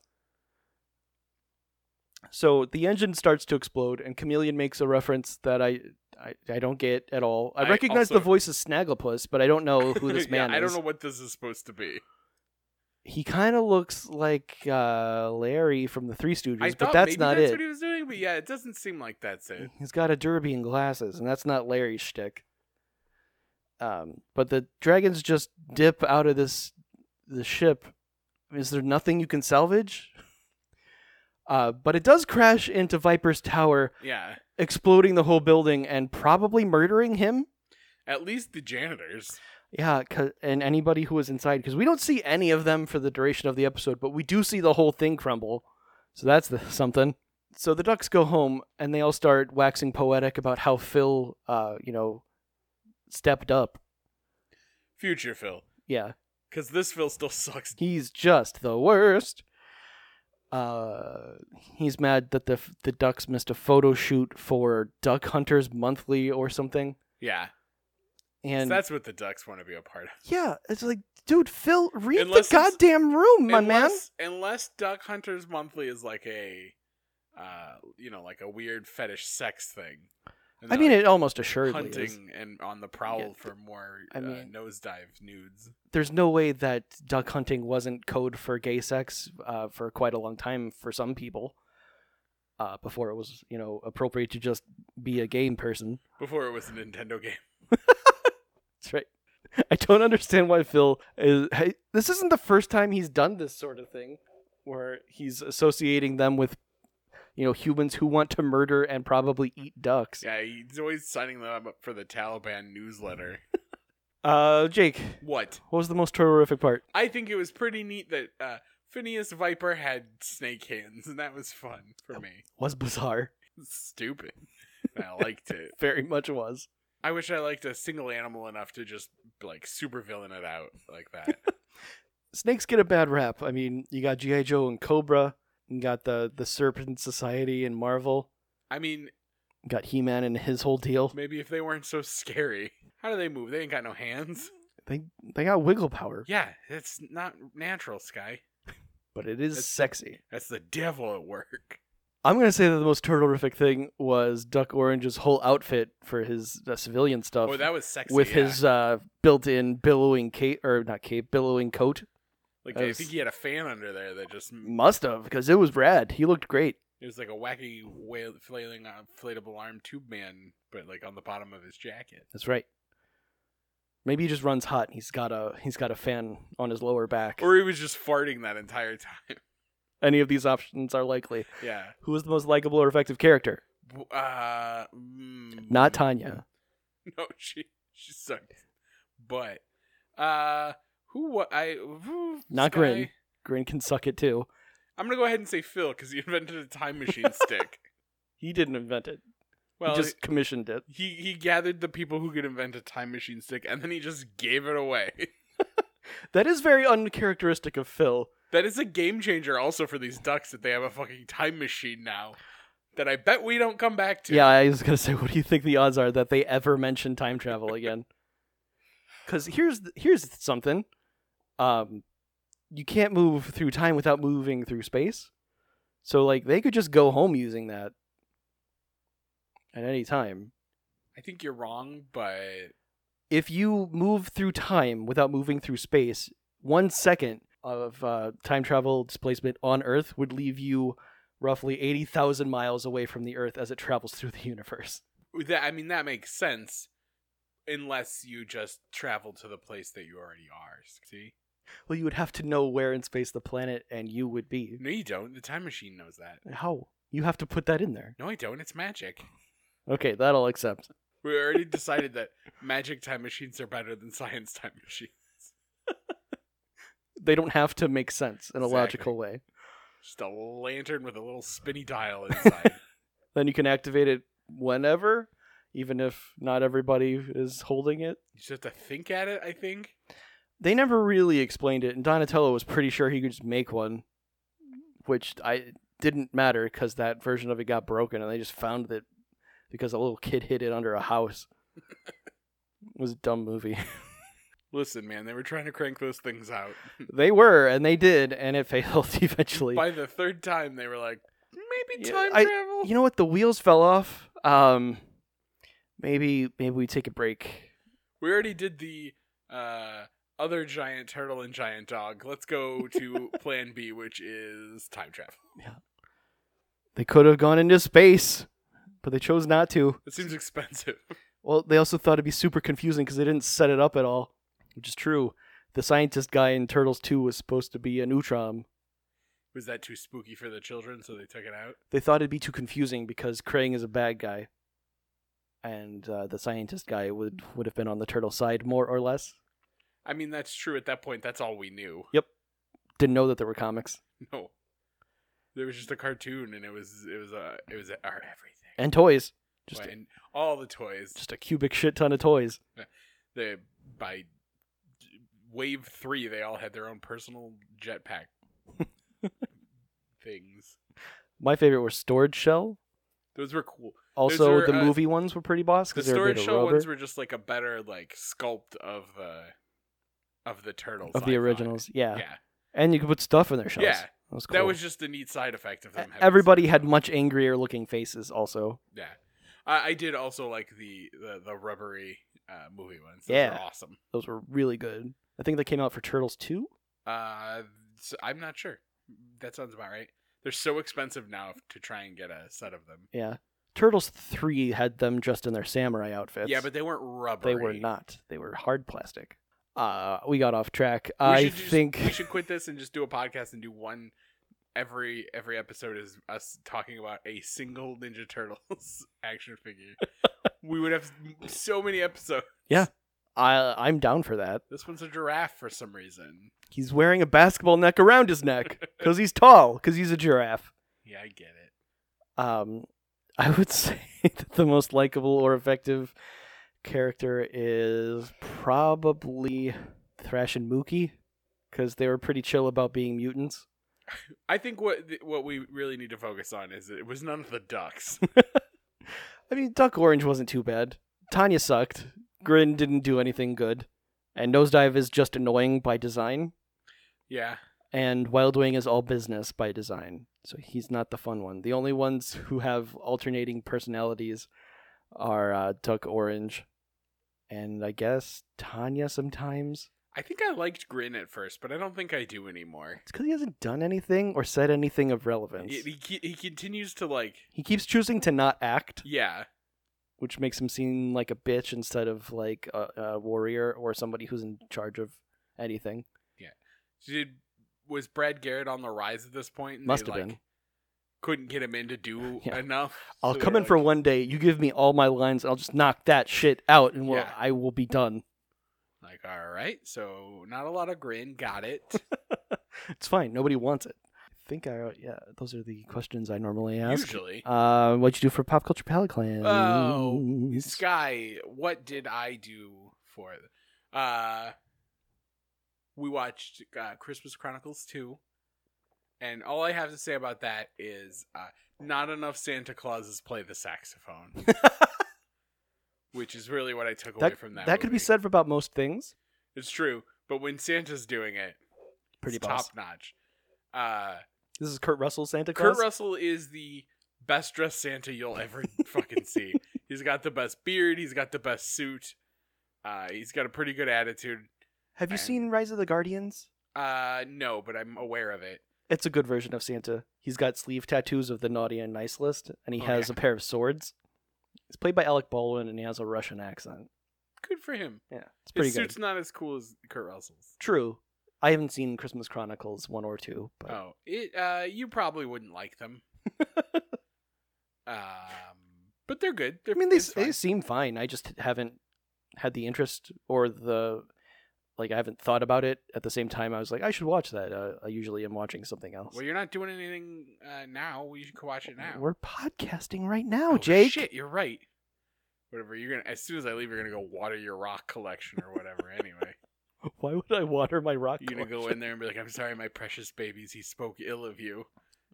So the engine starts to explode, and Chameleon makes a reference that I I, I don't get at all. I,
I
recognize the
also-
voice as Snagglepuss, but I don't
[laughs]
know who this
Yeah,
man is.
I don't know what this is supposed to be.
He kind of looks like uh, Larry from the Three
I
Stooges,
thought
but that's
maybe
not
that's
it.
what he was doing, but yeah, it doesn't seem like
[laughs]
that's it.
He's got a derby and glasses, and that's not Larry's shtick. Um, but the dragons just dip out of this the ship. Is there nothing you can salvage? [laughs] Uh, but it does crash into Viper's tower,
Yeah.
exploding the whole building and probably murdering him.
At least the janitors.
Yeah, 'cause- and anybody who was inside, because we don't see any of them for the duration of the episode, but we do see the whole thing crumble. So that's the, [laughs] something. So the ducks go home, and they all start waxing poetic about how Phil, uh, you know, stepped up.
Future Phil.
Yeah,
Because this Phil still [laughs] sucks
he's just the worst. Uh, he's mad that the the ducks missed a photo shoot for Duck Hunters Monthly or something,
Yeah,
and
so that's what the Ducks want to be a part of.
yeah, it's like, dude, Phil, read
Unless
the
it's-
goddamn room, my man.
unless, unless Duck Hunters Monthly is like a, uh, you know, like a weird fetish sex thing. And
I
they're,
mean,
like,
it almost assuredly
hunting
is.
and on the prowl
Yeah,
for more
I
uh,
mean-
nosedive nudes.
There's no way that duck hunting wasn't code for gay sex uh, for quite a long time for some people. Uh, before it was, you know, appropriate to just be a game person.
Before it was a Nintendo [laughs] game.
That's right. [laughs] I don't understand why Phil is. Hey, this isn't the first time he's done this sort of thing, where he's associating them with, you know, humans who want to murder and probably eat ducks.
Yeah, he's always signing them up for the
[laughs]
Taliban newsletter.
Uh, Jake,
what?
what was the most horrific part?
I think it was pretty neat that uh, Phineas Viper had snake hands, and that was fun for me.
Was bizarre. [laughs]
Stupid. I liked it.
Very much was.
I wish I liked a single animal enough to just like super villain it out like that.
snakes get a bad rap. I mean, you got GI Joe and Cobra, you got the the Serpent Society and Marvel,
I mean,
you got He Man and his whole deal.
maybe if they weren't so scary. How do they move? They ain't got no hands.
They they got wiggle power.
Yeah, it's not natural, Sky.
but it is
That's-
sexy.
That's the devil at work.
I'm gonna say that the most turtle-rific thing was Duck Orange's whole outfit for his uh, civilian stuff,
Oh, that was sexy.
with
yeah.
his uh, built-in billowing cape or not cape, billowing coat.
like,
that
I
was-
think he had a fan under there that just
Must have, because it was Brad. He looked great.
it was like a wacky whale, flailing uh, inflatable arm tube man, but like on the bottom of his jacket.
That's right. Maybe he just runs hot. He's got a he's got a fan on his lower back.
Or he was just farting that entire time. [laughs]
Any of these options are likely.
yeah.
Who is the most likable or effective character?
W- Uh, mm,
Not Tanya.
[laughs] No, she she sucked. But uh, who what I who-
Not
this
Grin.
guy-
Grin can suck it too.
I'm gonna go ahead and say Phil because he [laughs] invented a time
[laughs]
machine stick.
He didn't invent it.
Well,
he just commissioned it.
he he gathered the people who could invent a time machine stick, and then he just gave it away. [laughs]
That is very uncharacteristic of Phil.
that is a game changer, also for these ducks that they have a fucking time machine now. That I bet we don't come back to.
Yeah, I was gonna say, [laughs] what do you think the odds are that they ever mention time travel [laughs] again? Because here's th- here's something. Um, you can't move through time without moving through space. So like they could just go home using that at any time.
I think you're wrong, but
If you move through time without moving through space, one second of uh, time travel displacement on Earth would leave you roughly eighty thousand miles away from the Earth as it travels through the [laughs] universe.
that I mean that makes sense, unless you just travel to the place that you already are. See,
Well, you would have to know where in space the planet and you would be.
no, you don't. The time machine knows that.
How? You have to put that in there.
No, I don't. It's magic.
Okay, that'll accept.
We already decided that magic time machines are better than science time machines.
They don't have to make sense in a
Exactly.
logical way.
Just a lantern with a little spinny dial inside.
Then you can activate it whenever, even if not everybody is holding it.
you just have to think at it, I think.
They never really explained it, and Donatello was pretty sure he could just make one, which I didn't matter because that version of it got broken, and they just found that because a little kid hid it under a house. it was a dumb movie. [laughs]
Listen, man, they were trying to crank those things out.
they were, and they did, and it [laughs] failed eventually.
By the third time, they were like, maybe
Yeah,
time
I-
travel?
you know what the wheels fell off um maybe maybe we take a break
we already did the uh, other giant turtle and giant dog. Let's go
[laughs]
to plan B, which is time travel.
they could have gone into space but they chose not to
That seems expensive.
well they also thought it'd be super confusing because they didn't set it up at all which is true the scientist guy in turtles 2 was supposed to be an utram
Was that too spooky for the children, so they took it out?
they thought it'd be too confusing because krang is a bad guy and uh, the scientist guy would would have been on the turtle side more or less
I mean, that's true. At that point, that's all we knew. [laughs]
didn't know that there were comics
No, there was just a cartoon, and it was it was uh, it was our everything.
and toys just
and all the toys
just a cubic shit ton of toys
the by wave three, they all had their own personal
[laughs]
jetpack things.
my favorite were storage shell
Those were cool.
Also,
were,
the
uh,
movie ones were pretty boss
The
because they were
storage
made of
shell
rubber
ones were just like a better like sculpt of the of the turtles
of
I
the
thought.
originals. Yeah.
Yeah,
and you could put stuff in their shells.
Yeah.
that was cool.
that was just a neat side effect of them. having
E Everybody
separate
had
shells.
much angrier looking faces. Also,
Yeah, I, I did also like the the, the rubbery uh, movie ones. Those
Yeah.
were awesome.
those were really good. I think they came out for Turtles two.
Uh, s- I'm not sure. That sounds about right. They're so expensive now f- to try and get a set of them.
Yeah, Turtles three had them just in their samurai outfits.
yeah, but they weren't rubber.
they were not. They were hard plastic. Uh, we got off track.
We
I
should just-
think
we should quit this and just do a podcast and do one every every episode is us talking about a single Ninja Turtles [laughs] action
[laughs]
figure. we would have s- so many episodes.
I I'm down for that.
This one's a giraffe for some reason.
He's wearing a basketball neck around his neck because he's tall. Because he's a giraffe.
Yeah, I get it.
um, [laughs] I would say [laughs] that the most likable or effective character is probably Thrash and Mookie because they were pretty chill about being mutants.
I think what th- what we really need to focus on is it was none of the
[laughs]
ducks.
I mean, Duck Orange wasn't too bad. Tanya sucked. Grin didn't do anything good. And Nosedive is just annoying by design.
yeah.
and Wild Wing is all business by design. So he's not the fun one. The only ones [laughs] who have alternating personalities are uh, Duck Orange and I guess Tanya sometimes.
I think I liked Grin at first, but I don't think I do anymore.
It's because he hasn't done anything or said anything of relevance.
He, he ke- he continues to like
He keeps choosing to not act,
yeah
which makes him seem like a bitch instead of like a, a warrior or somebody who's in charge of anything.
Did was Brad Garrett on the rise at this point? and
Must
they,
have
like,
been.
Couldn't get him in to do
[laughs] Yeah.
enough.
I'll
so
come
they're
in for
like-
one day. You give me all my lines, and I'll just knock that shit out, and we'll,
Yeah.
I will be done.
Like, all right, so not a lot of grin. Got it.
[laughs] It's fine. Nobody wants it. I think I yeah. Those are the questions I normally ask.
Usually,
Uh, what'd you do for pop culture palate cleanse?
Oh, Sky, what did I do for? it? Uh, we watched uh, Christmas Chronicles two, and all I have to say about that is uh, not enough Santa Clauses play
[laughs]
the saxophone, which is really what I took away
that,
from that.
that could be
movie.
said for about most things.
It's true, but when Santa's doing it,
Pretty
it's
boss.
top notch. Uh,
This is Kurt Russell Santa Claus.
Kurt Russell is the best dressed Santa you'll ever
[laughs]
fucking see. He's got the best beard. He's got the best suit. Uh, he's got a pretty good attitude.
Have you
and-
seen Rise of the Guardians?
Uh, no, but I'm aware of it.
It's a good version of Santa. He's got sleeve tattoos of the naughty and nice list, and he
Oh,
has
yeah.
a pair of swords. He's played by Alec Baldwin, and he has a Russian accent.
Good for him.
Yeah, it's pretty
His
good.
suit's not as cool as Kurt Russell's.
True. I haven't seen Christmas Chronicles one or two, but
Oh, it. Uh, you probably wouldn't
[laughs]
like them. um, but they're good. They're,
I mean they,
it's
they
fine.
seem fine. I just haven't had the interest or the like. I haven't thought about it. At the same time, I was like, I should watch that. Uh, I usually am watching something else.
Well, you're not doing anything uh, now. We should go watch it now.
We're podcasting right now,
Oh,
Jake.
Shit, you're right. Whatever. You're gonna. As soon as I leave, you're gonna go water your rock collection or whatever.
[laughs]
anyway.
[laughs] Why would I water my rock?
You're gonna go
collection?
in there and be like, "I'm sorry, my precious babies. He spoke ill of you.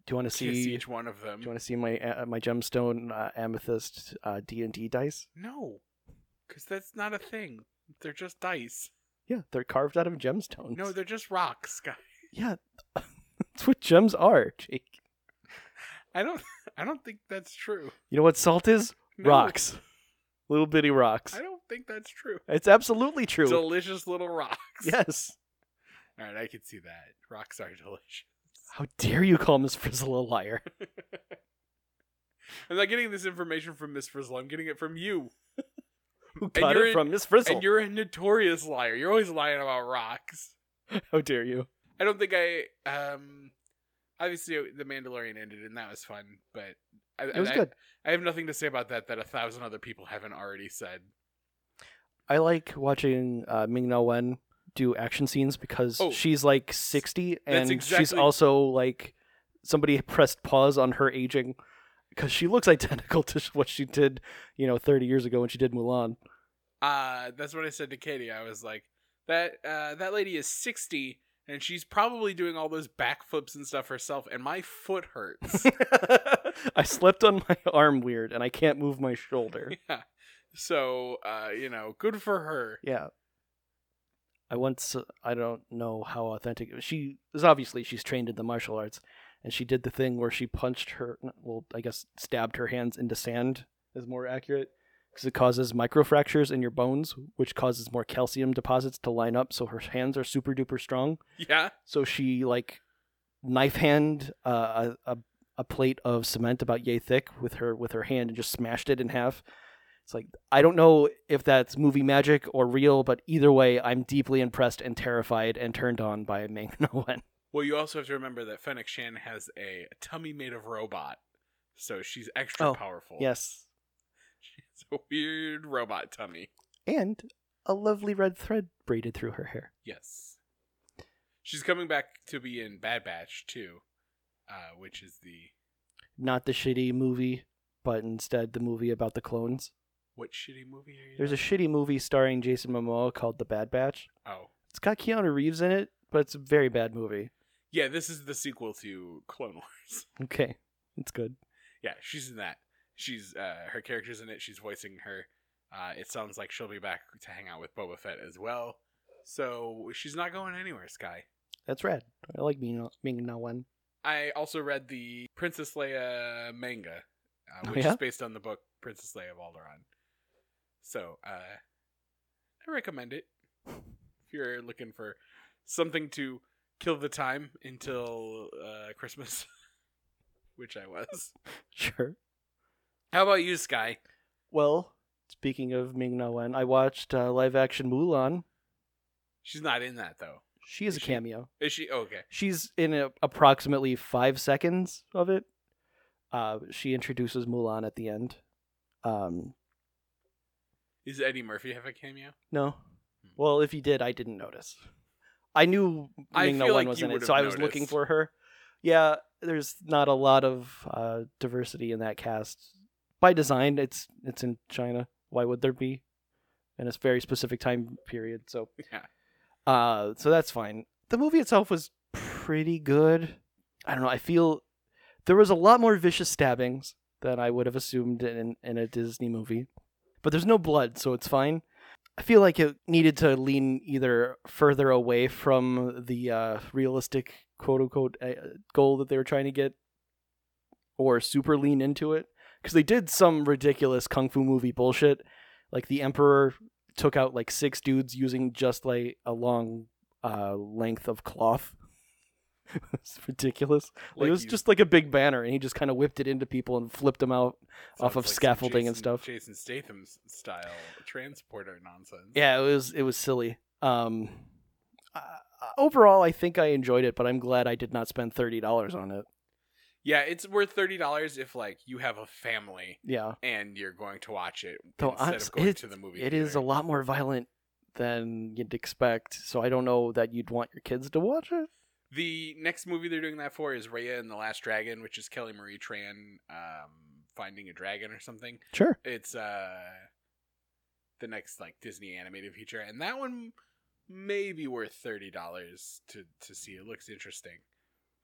Do you want to
Kiss
see?
each one of them."
Do you want to see my uh, my gemstone uh, amethyst uh, D and D dice?
No, because that's not a thing. They're just dice.
Yeah, they're carved out of gemstones.
No, they're just rocks, guy. [laughs]
yeah, [laughs] that's what gems are, Jake.
I don't. I don't think that's true.
You know what salt is?
[laughs] No,
Rocks, little bitty rocks.
I don't think that's true.
It's absolutely true.
Delicious little rocks.
yes.
All right, I can see that. Rocks are [laughs] delicious.
How dare you call Miss Frizzle a liar? [laughs]
I'm not getting this information from Miss Frizzle. I'm getting it from you.
Who
And
got
you're
it
in-
from Miss Frizzle?
And you're a notorious liar. You're always lying about rocks.
How dare you?
I don't think I. um Obviously, uh, The Mandalorian ended, and that was fun. But I,
It was
I,
good.
I have nothing to say about that that a thousand other people haven't already said.
I like watching uh, Ming Na Wen do action scenes because
Oh.
she's like 60 and she's
exactly-
also like somebody [laughs] pressed pause on her aging because she looks identical [laughs] to what she did, you know, 30 years ago when she did Mulan. [laughs]
Uh, that's what I said to Katie. I was like, that uh, that lady is sixty, and she's probably doing all those backflips and stuff herself, and my foot
[laughs]
hurts. [laughs]
I slept on my arm weird and I can't move my shoulder.
yeah. So, uh, you know, good for her.
Yeah. I once uh, I don't know how authentic she is. Obviously, she's trained in the martial arts, and she did the thing where she punched her. Well, I guess stabbed her hands into sand is more accurate because it causes microfractures in your bones, which causes more calcium deposits to line up. So her hands are super duper strong.
Yeah.
So she like knife hand uh, a, a a plate of cement about yay thick with her with her hand and just smashed it in half. It's like I don't know if that's movie magic or real, but either way, I'm deeply impressed and terrified and turned on by [laughs] Ming Na Wen.
Well, you also have to remember that Fennec Shan has a tummy made of robot, so she's extra
Oh,
powerful. [laughs]
Yes,
It's a weird robot tummy.
and a lovely red thread braided through her hair.
Yes. She's coming back to be in Bad Batch too, uh, which is the
Not the shitty movie, but instead the movie about the clones.
what shitty movie are you?
There's a
talking-
shitty movie starring Jason Momoa called The Bad Batch.
oh
It's got Keanu Reeves in it, but it's a very bad movie.
yeah, this is the sequel to Clone Wars. [laughs]
Okay, it's good.
yeah, she's in that. She's uh, her character's in it. She's voicing her. Uh, it sounds like she'll be back to hang out with Boba Fett as well. So she's not going anywhere, Sky.
That's rad. I like being being no one.
I also read the Princess Leia manga, uh,
Oh,
which
yeah?
is based on the book Princess Leia of Alderaan. So uh, I recommend it if you're looking for something to kill the time until uh, Christmas, [laughs] which I was.
[laughs] Sure.
How about you, Sky?
Well, speaking of Ming Na Wen, I watched uh, live action Mulan.
She's not in that though.
She is,
Is
a
she?
cameo.
Is she okay?
She's in a, approximately five seconds of it. Uh, she introduces Mulan at the end. Um,
Is Eddie Murphy have a cameo? [laughs]
no.
Hmm.
Well, if you did, I didn't notice. I knew
I
Ming Na
feel
Wen
like
was
you
in it,
would've
so I was looking
noticed.
for her. Yeah, there's not a lot of uh, diversity in that cast. By design, it's it's in China. Why would there be? And it's very specific time period, so
Yeah.
Uh, so that's fine. The movie itself was pretty good. I don't know. I feel there was a lot more vicious stabbings than I would have assumed in in a Disney movie, but there's no blood, so it's fine. I feel like it needed to lean either further away from the uh, realistic quote unquote uh, goal that they were trying to get, or super lean into it because they did some ridiculous kung fu movie bullshit, like the emperor took out like six dudes using just like a long uh, length of cloth. [laughs] it's ridiculous. Like,
Like
it was
you-
just like a big banner, and he just kind of whipped it into people and flipped them out. off
sounds
of
some
scaffolding and
Jason-
stuff.
Jason Statham style transporter nonsense.
Yeah, it was it was silly. Um, uh, overall, I think I enjoyed it, but I'm glad I did not spend thirty dollars on it.
Yeah, it's worth thirty dollars if like you have a family
Yeah,
and you're going to watch it
Though,
instead
honest-
of going
it-
to the movie.
it is a
theater.
lot more violent than you'd expect, so I don't know that you'd want your kids to watch it.
The next movie they're doing that for is Raya and the Last Dragon, which is Kelly Marie Tran um, finding a dragon or something.
Sure.
It's uh the next like Disney animated feature, and that one may be worth thirty dollars to to see. It looks interesting,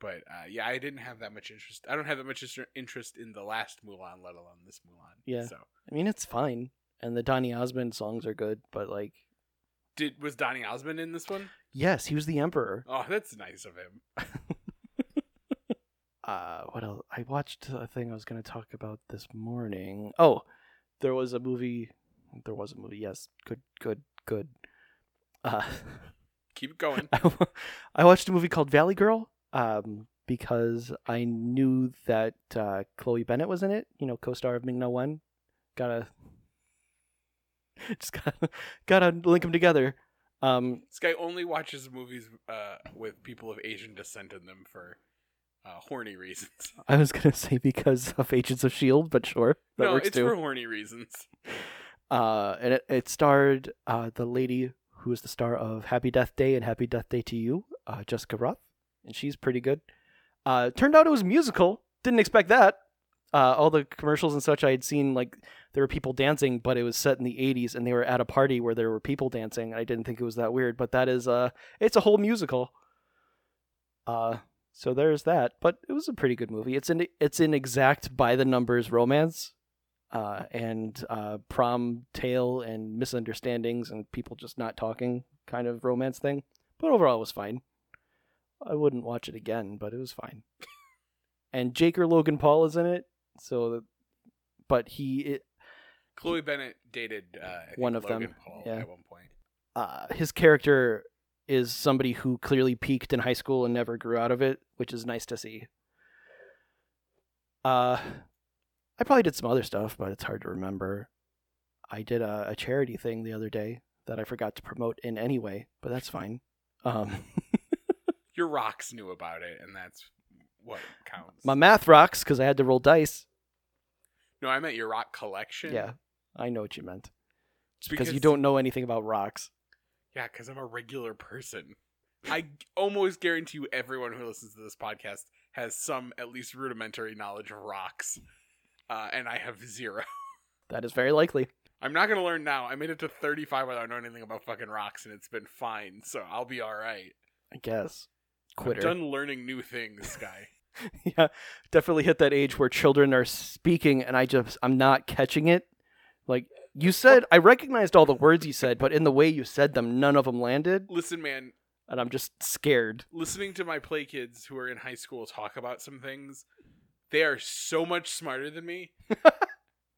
but uh, yeah, I didn't have that much interest. I don't have that much inter- interest in the last Mulan, let alone this Mulan.
Yeah.
So
I mean, it's fine, and the Donny Osmond songs are good, but like,
did was Donny Osmond in this one?
yes, he was the emperor.
Oh, that's nice of him.
uh what else i watched a thing i was going to talk about this morning oh there was a movie there was a movie yes good good good uh [laughs]
Keep going.
I wa- I watched a movie called valley girl um because i knew that uh chloe bennett was in it you know co-star of ming-na one gotta [laughs] just gotta [laughs] gotta link them together um
This guy only watches movies uh, with people of Asian descent in them for uh, horny reasons.
i was gonna [laughs] say because of agents of shield E but sure that
no,
works
it's
too
for horny reasons.
uh, and it, it starred uh, the lady who is the star of Happy Death Day and Happy Death Day to You, uh, Jessica Roth, and she's pretty good. Uh, turned out it was a musical. Didn't expect that. Uh, all the commercials and such I had seen, like there were people dancing, but it was set in the '80s, and they were at a party where there were people dancing. I didn't think it was that weird, but that is uh, it's a whole musical. Uh, so there's that. But it was a pretty good movie. It's an it's an exact by the numbers romance uh, and uh, prom tale and misunderstandings and people just not talking kind of romance thing. But overall, it was fine. I wouldn't watch it again, but it was fine. [laughs] and Jake or Logan Paul is in it, so that, but he it,
Chloe Bennett dated uh, I think
One of them,
Logan Paul
yeah.
at one point.
uh, his character is somebody who clearly peaked in high school and never grew out of it, which is nice to see. Uh, I probably did some other stuff, but it's hard to remember. I did a, a charity thing the other day that I forgot to promote in any way, but that's fine. Um, [laughs]
Your rocks knew about it, and that's what counts.
my math rocks because I had to roll dice.
no, I meant your rock collection.
Yeah, I know what you meant. Just because you
Because-
don't know anything about rocks.
yeah, because I'm a regular person. I g- almost guarantee you, everyone who listens to this podcast has some at least rudimentary knowledge of rocks, uh, and I have zero.
That is very likely.
I'm not gonna learn now. I made it to 35 without knowing anything about fucking rocks, and it's been fine. So I'll be all right.
I guess.
I'm
Quitter.
done learning new things, guy.
[laughs] yeah definitely hit that age where children are speaking and i just i'm not catching it like you said i recognized all the words you said but in the way you said them none of them landed
Listen, man.
and I'm just scared.
listening to my play kids who are in high school talk about some things, they are so much smarter than me.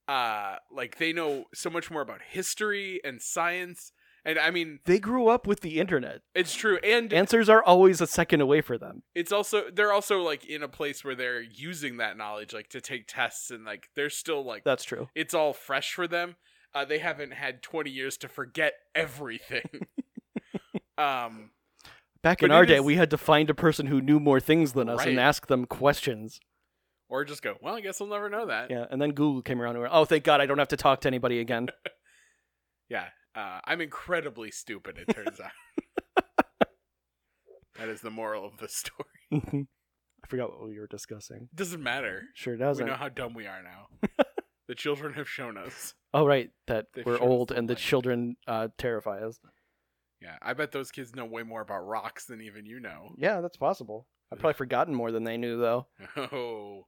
uh like they know so much more about history and science. And I mean,
They grew up with the internet.
it's true. And
Answers are always a second away for them.
it's also they're also like in a place where they're using that knowledge like to take tests and like they're still like
That's true.
it's all fresh for them. Uh, they haven't had 20 years to forget
[laughs]
everything. um
Back
But
in our
it
day,
is-
we had to find a person who knew more things than us
Right.
and ask them questions.
or just go, well, I guess I'll never know that.
Yeah, and then Google came around and went, "Oh, thank God, I don't have to talk to anybody again." [laughs]
Yeah. Uh, I'm incredibly stupid, it turns out.
[laughs]
that is the moral of the story.
I forgot what we were discussing.
Doesn't matter.
Sure
We
doesn't.
know how dumb we
[laughs]
are now. the children have shown us.
oh, right, that
They
we're
showed us
old
the
and the
light.
children uh, terrify us.
Yeah, I bet those kids know way more about rocks than even you know. [laughs]
Yeah, that's possible. I've probably forgotten more than they knew, though.
Oh,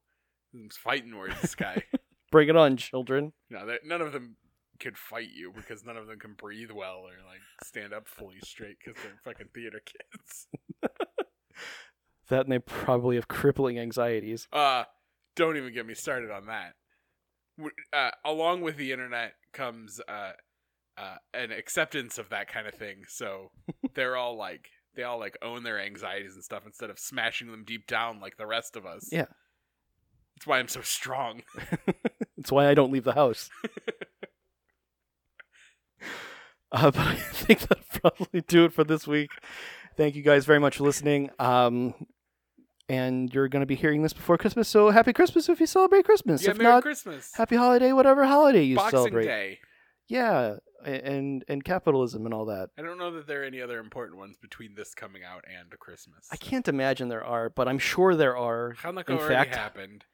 them's fighting words, this guy.
Bring it on, children.
no, that- none of them could fight you because none of them can breathe well or like stand up fully straight because they're fucking theater kids. [laughs]
That and they probably have crippling anxieties.
Uh, don't even get me started on that. W- Uh, along with the internet comes uh, uh, an acceptance of that kind of thing.
[laughs]
So they're all like, they all like own their anxieties and stuff instead of smashing them deep down like the rest of us.
Yeah.
That's why I'm so strong.
That's why I don't leave the
[laughs]
house. uh, [laughs] but I think that'll probably do it for this week. Thank you guys very much for listening. Um, and you're going to be hearing this before Christmas, so happy Christmas if you celebrate Christmas.
yeah,
if
Merry
not,
Christmas.
happy holiday, whatever holiday you
Boxing
celebrate.
Day.
Yeah, a- and and capitalism and all that.
I don't know that there are any other important ones between this coming out and Christmas.
I can't imagine there are, but I'm sure there are.
Hanukkah
in
already
fact-
happened.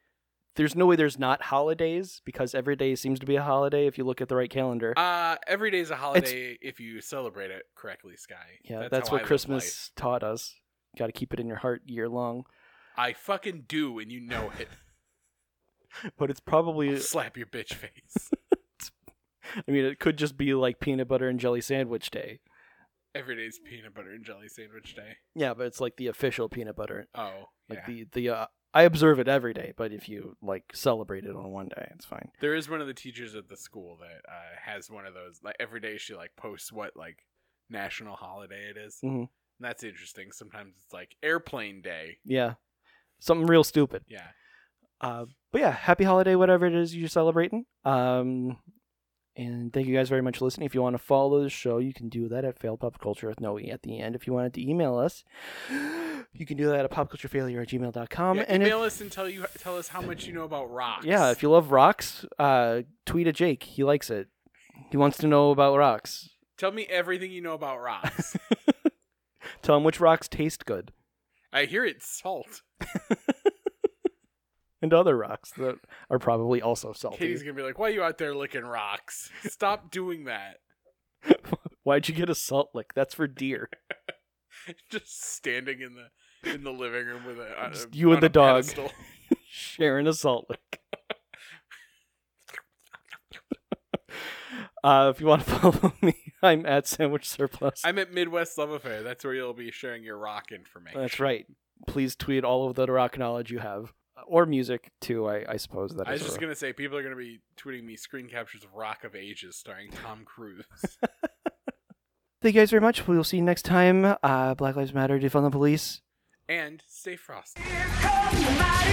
There's no way there's not holidays because every day seems to be a holiday if you look at the right calendar.
Uh, every day is a holiday if you celebrate it correctly, Sky.
yeah, that's, what
how I live life.
Christmas taught us. Got to keep it in your heart year long. [laughs]
I fucking do, and you know it.
But it's
[laughs]
probably,
Slap your bitch
[laughs]
face
I mean, it could just be like peanut butter and jelly sandwich day.
every day's peanut butter and jelly sandwich day.
Yeah, but it's like the official peanut butter.
Oh,
Like
yeah.
the the uh, I observe it every day, but if you like celebrate it on one day, it's fine.
there is one of the teachers at the school that uh, has one of those. Like every day, she like posts what like national holiday it is.
Mhm.
And that's interesting. Sometimes it's like airplane day.
Yeah, something real stupid.
Yeah,
Uh, but yeah, happy holiday, whatever it is you're celebrating. Um, and thank you guys very much for listening. If you want to follow the show, you can do that at Failed Pop Culture with no E at the end. If you wanted to email us, you can do that at popculturefailure at gmail.com.
yeah
Um, and if,
email us and tell you tell us how much you know about rocks.
yeah, if you love rocks, uh, tweet at Jake. He likes it. He wants to know about rocks.
tell me everything you know about
[laughs]
rocks.
Tell him which rocks taste good
I hear it's salt.
and other rocks that are probably also salty.
Katie's gonna be like, "Why you out there licking rocks? Stop doing that." [laughs]
Why'd you get a salt lick? That's for deer.
just standing in the in the living room with a on a-
Just you and
on
the
a
dog. [laughs]
pedestal.
Sharon a salt lick. [laughs] uh, if you want to [laughs] follow me, I'm at Sandwich Surplus.
I'm at Midwest Love Affair. That's where you'll be sharing your rock information.
That's right. Please tweet all of the rock knowledge you have, uh, or music too. I, I suppose that
I was
is
just
a-
gonna say people are gonna be tweeting me screen captures of Rock of Ages starring Tom
[laughs]
Cruise.
Thank you guys very much. We will see you next time. Uh, Black Lives Matter. Defund the police.
and stay frosty.
Here comes the mighty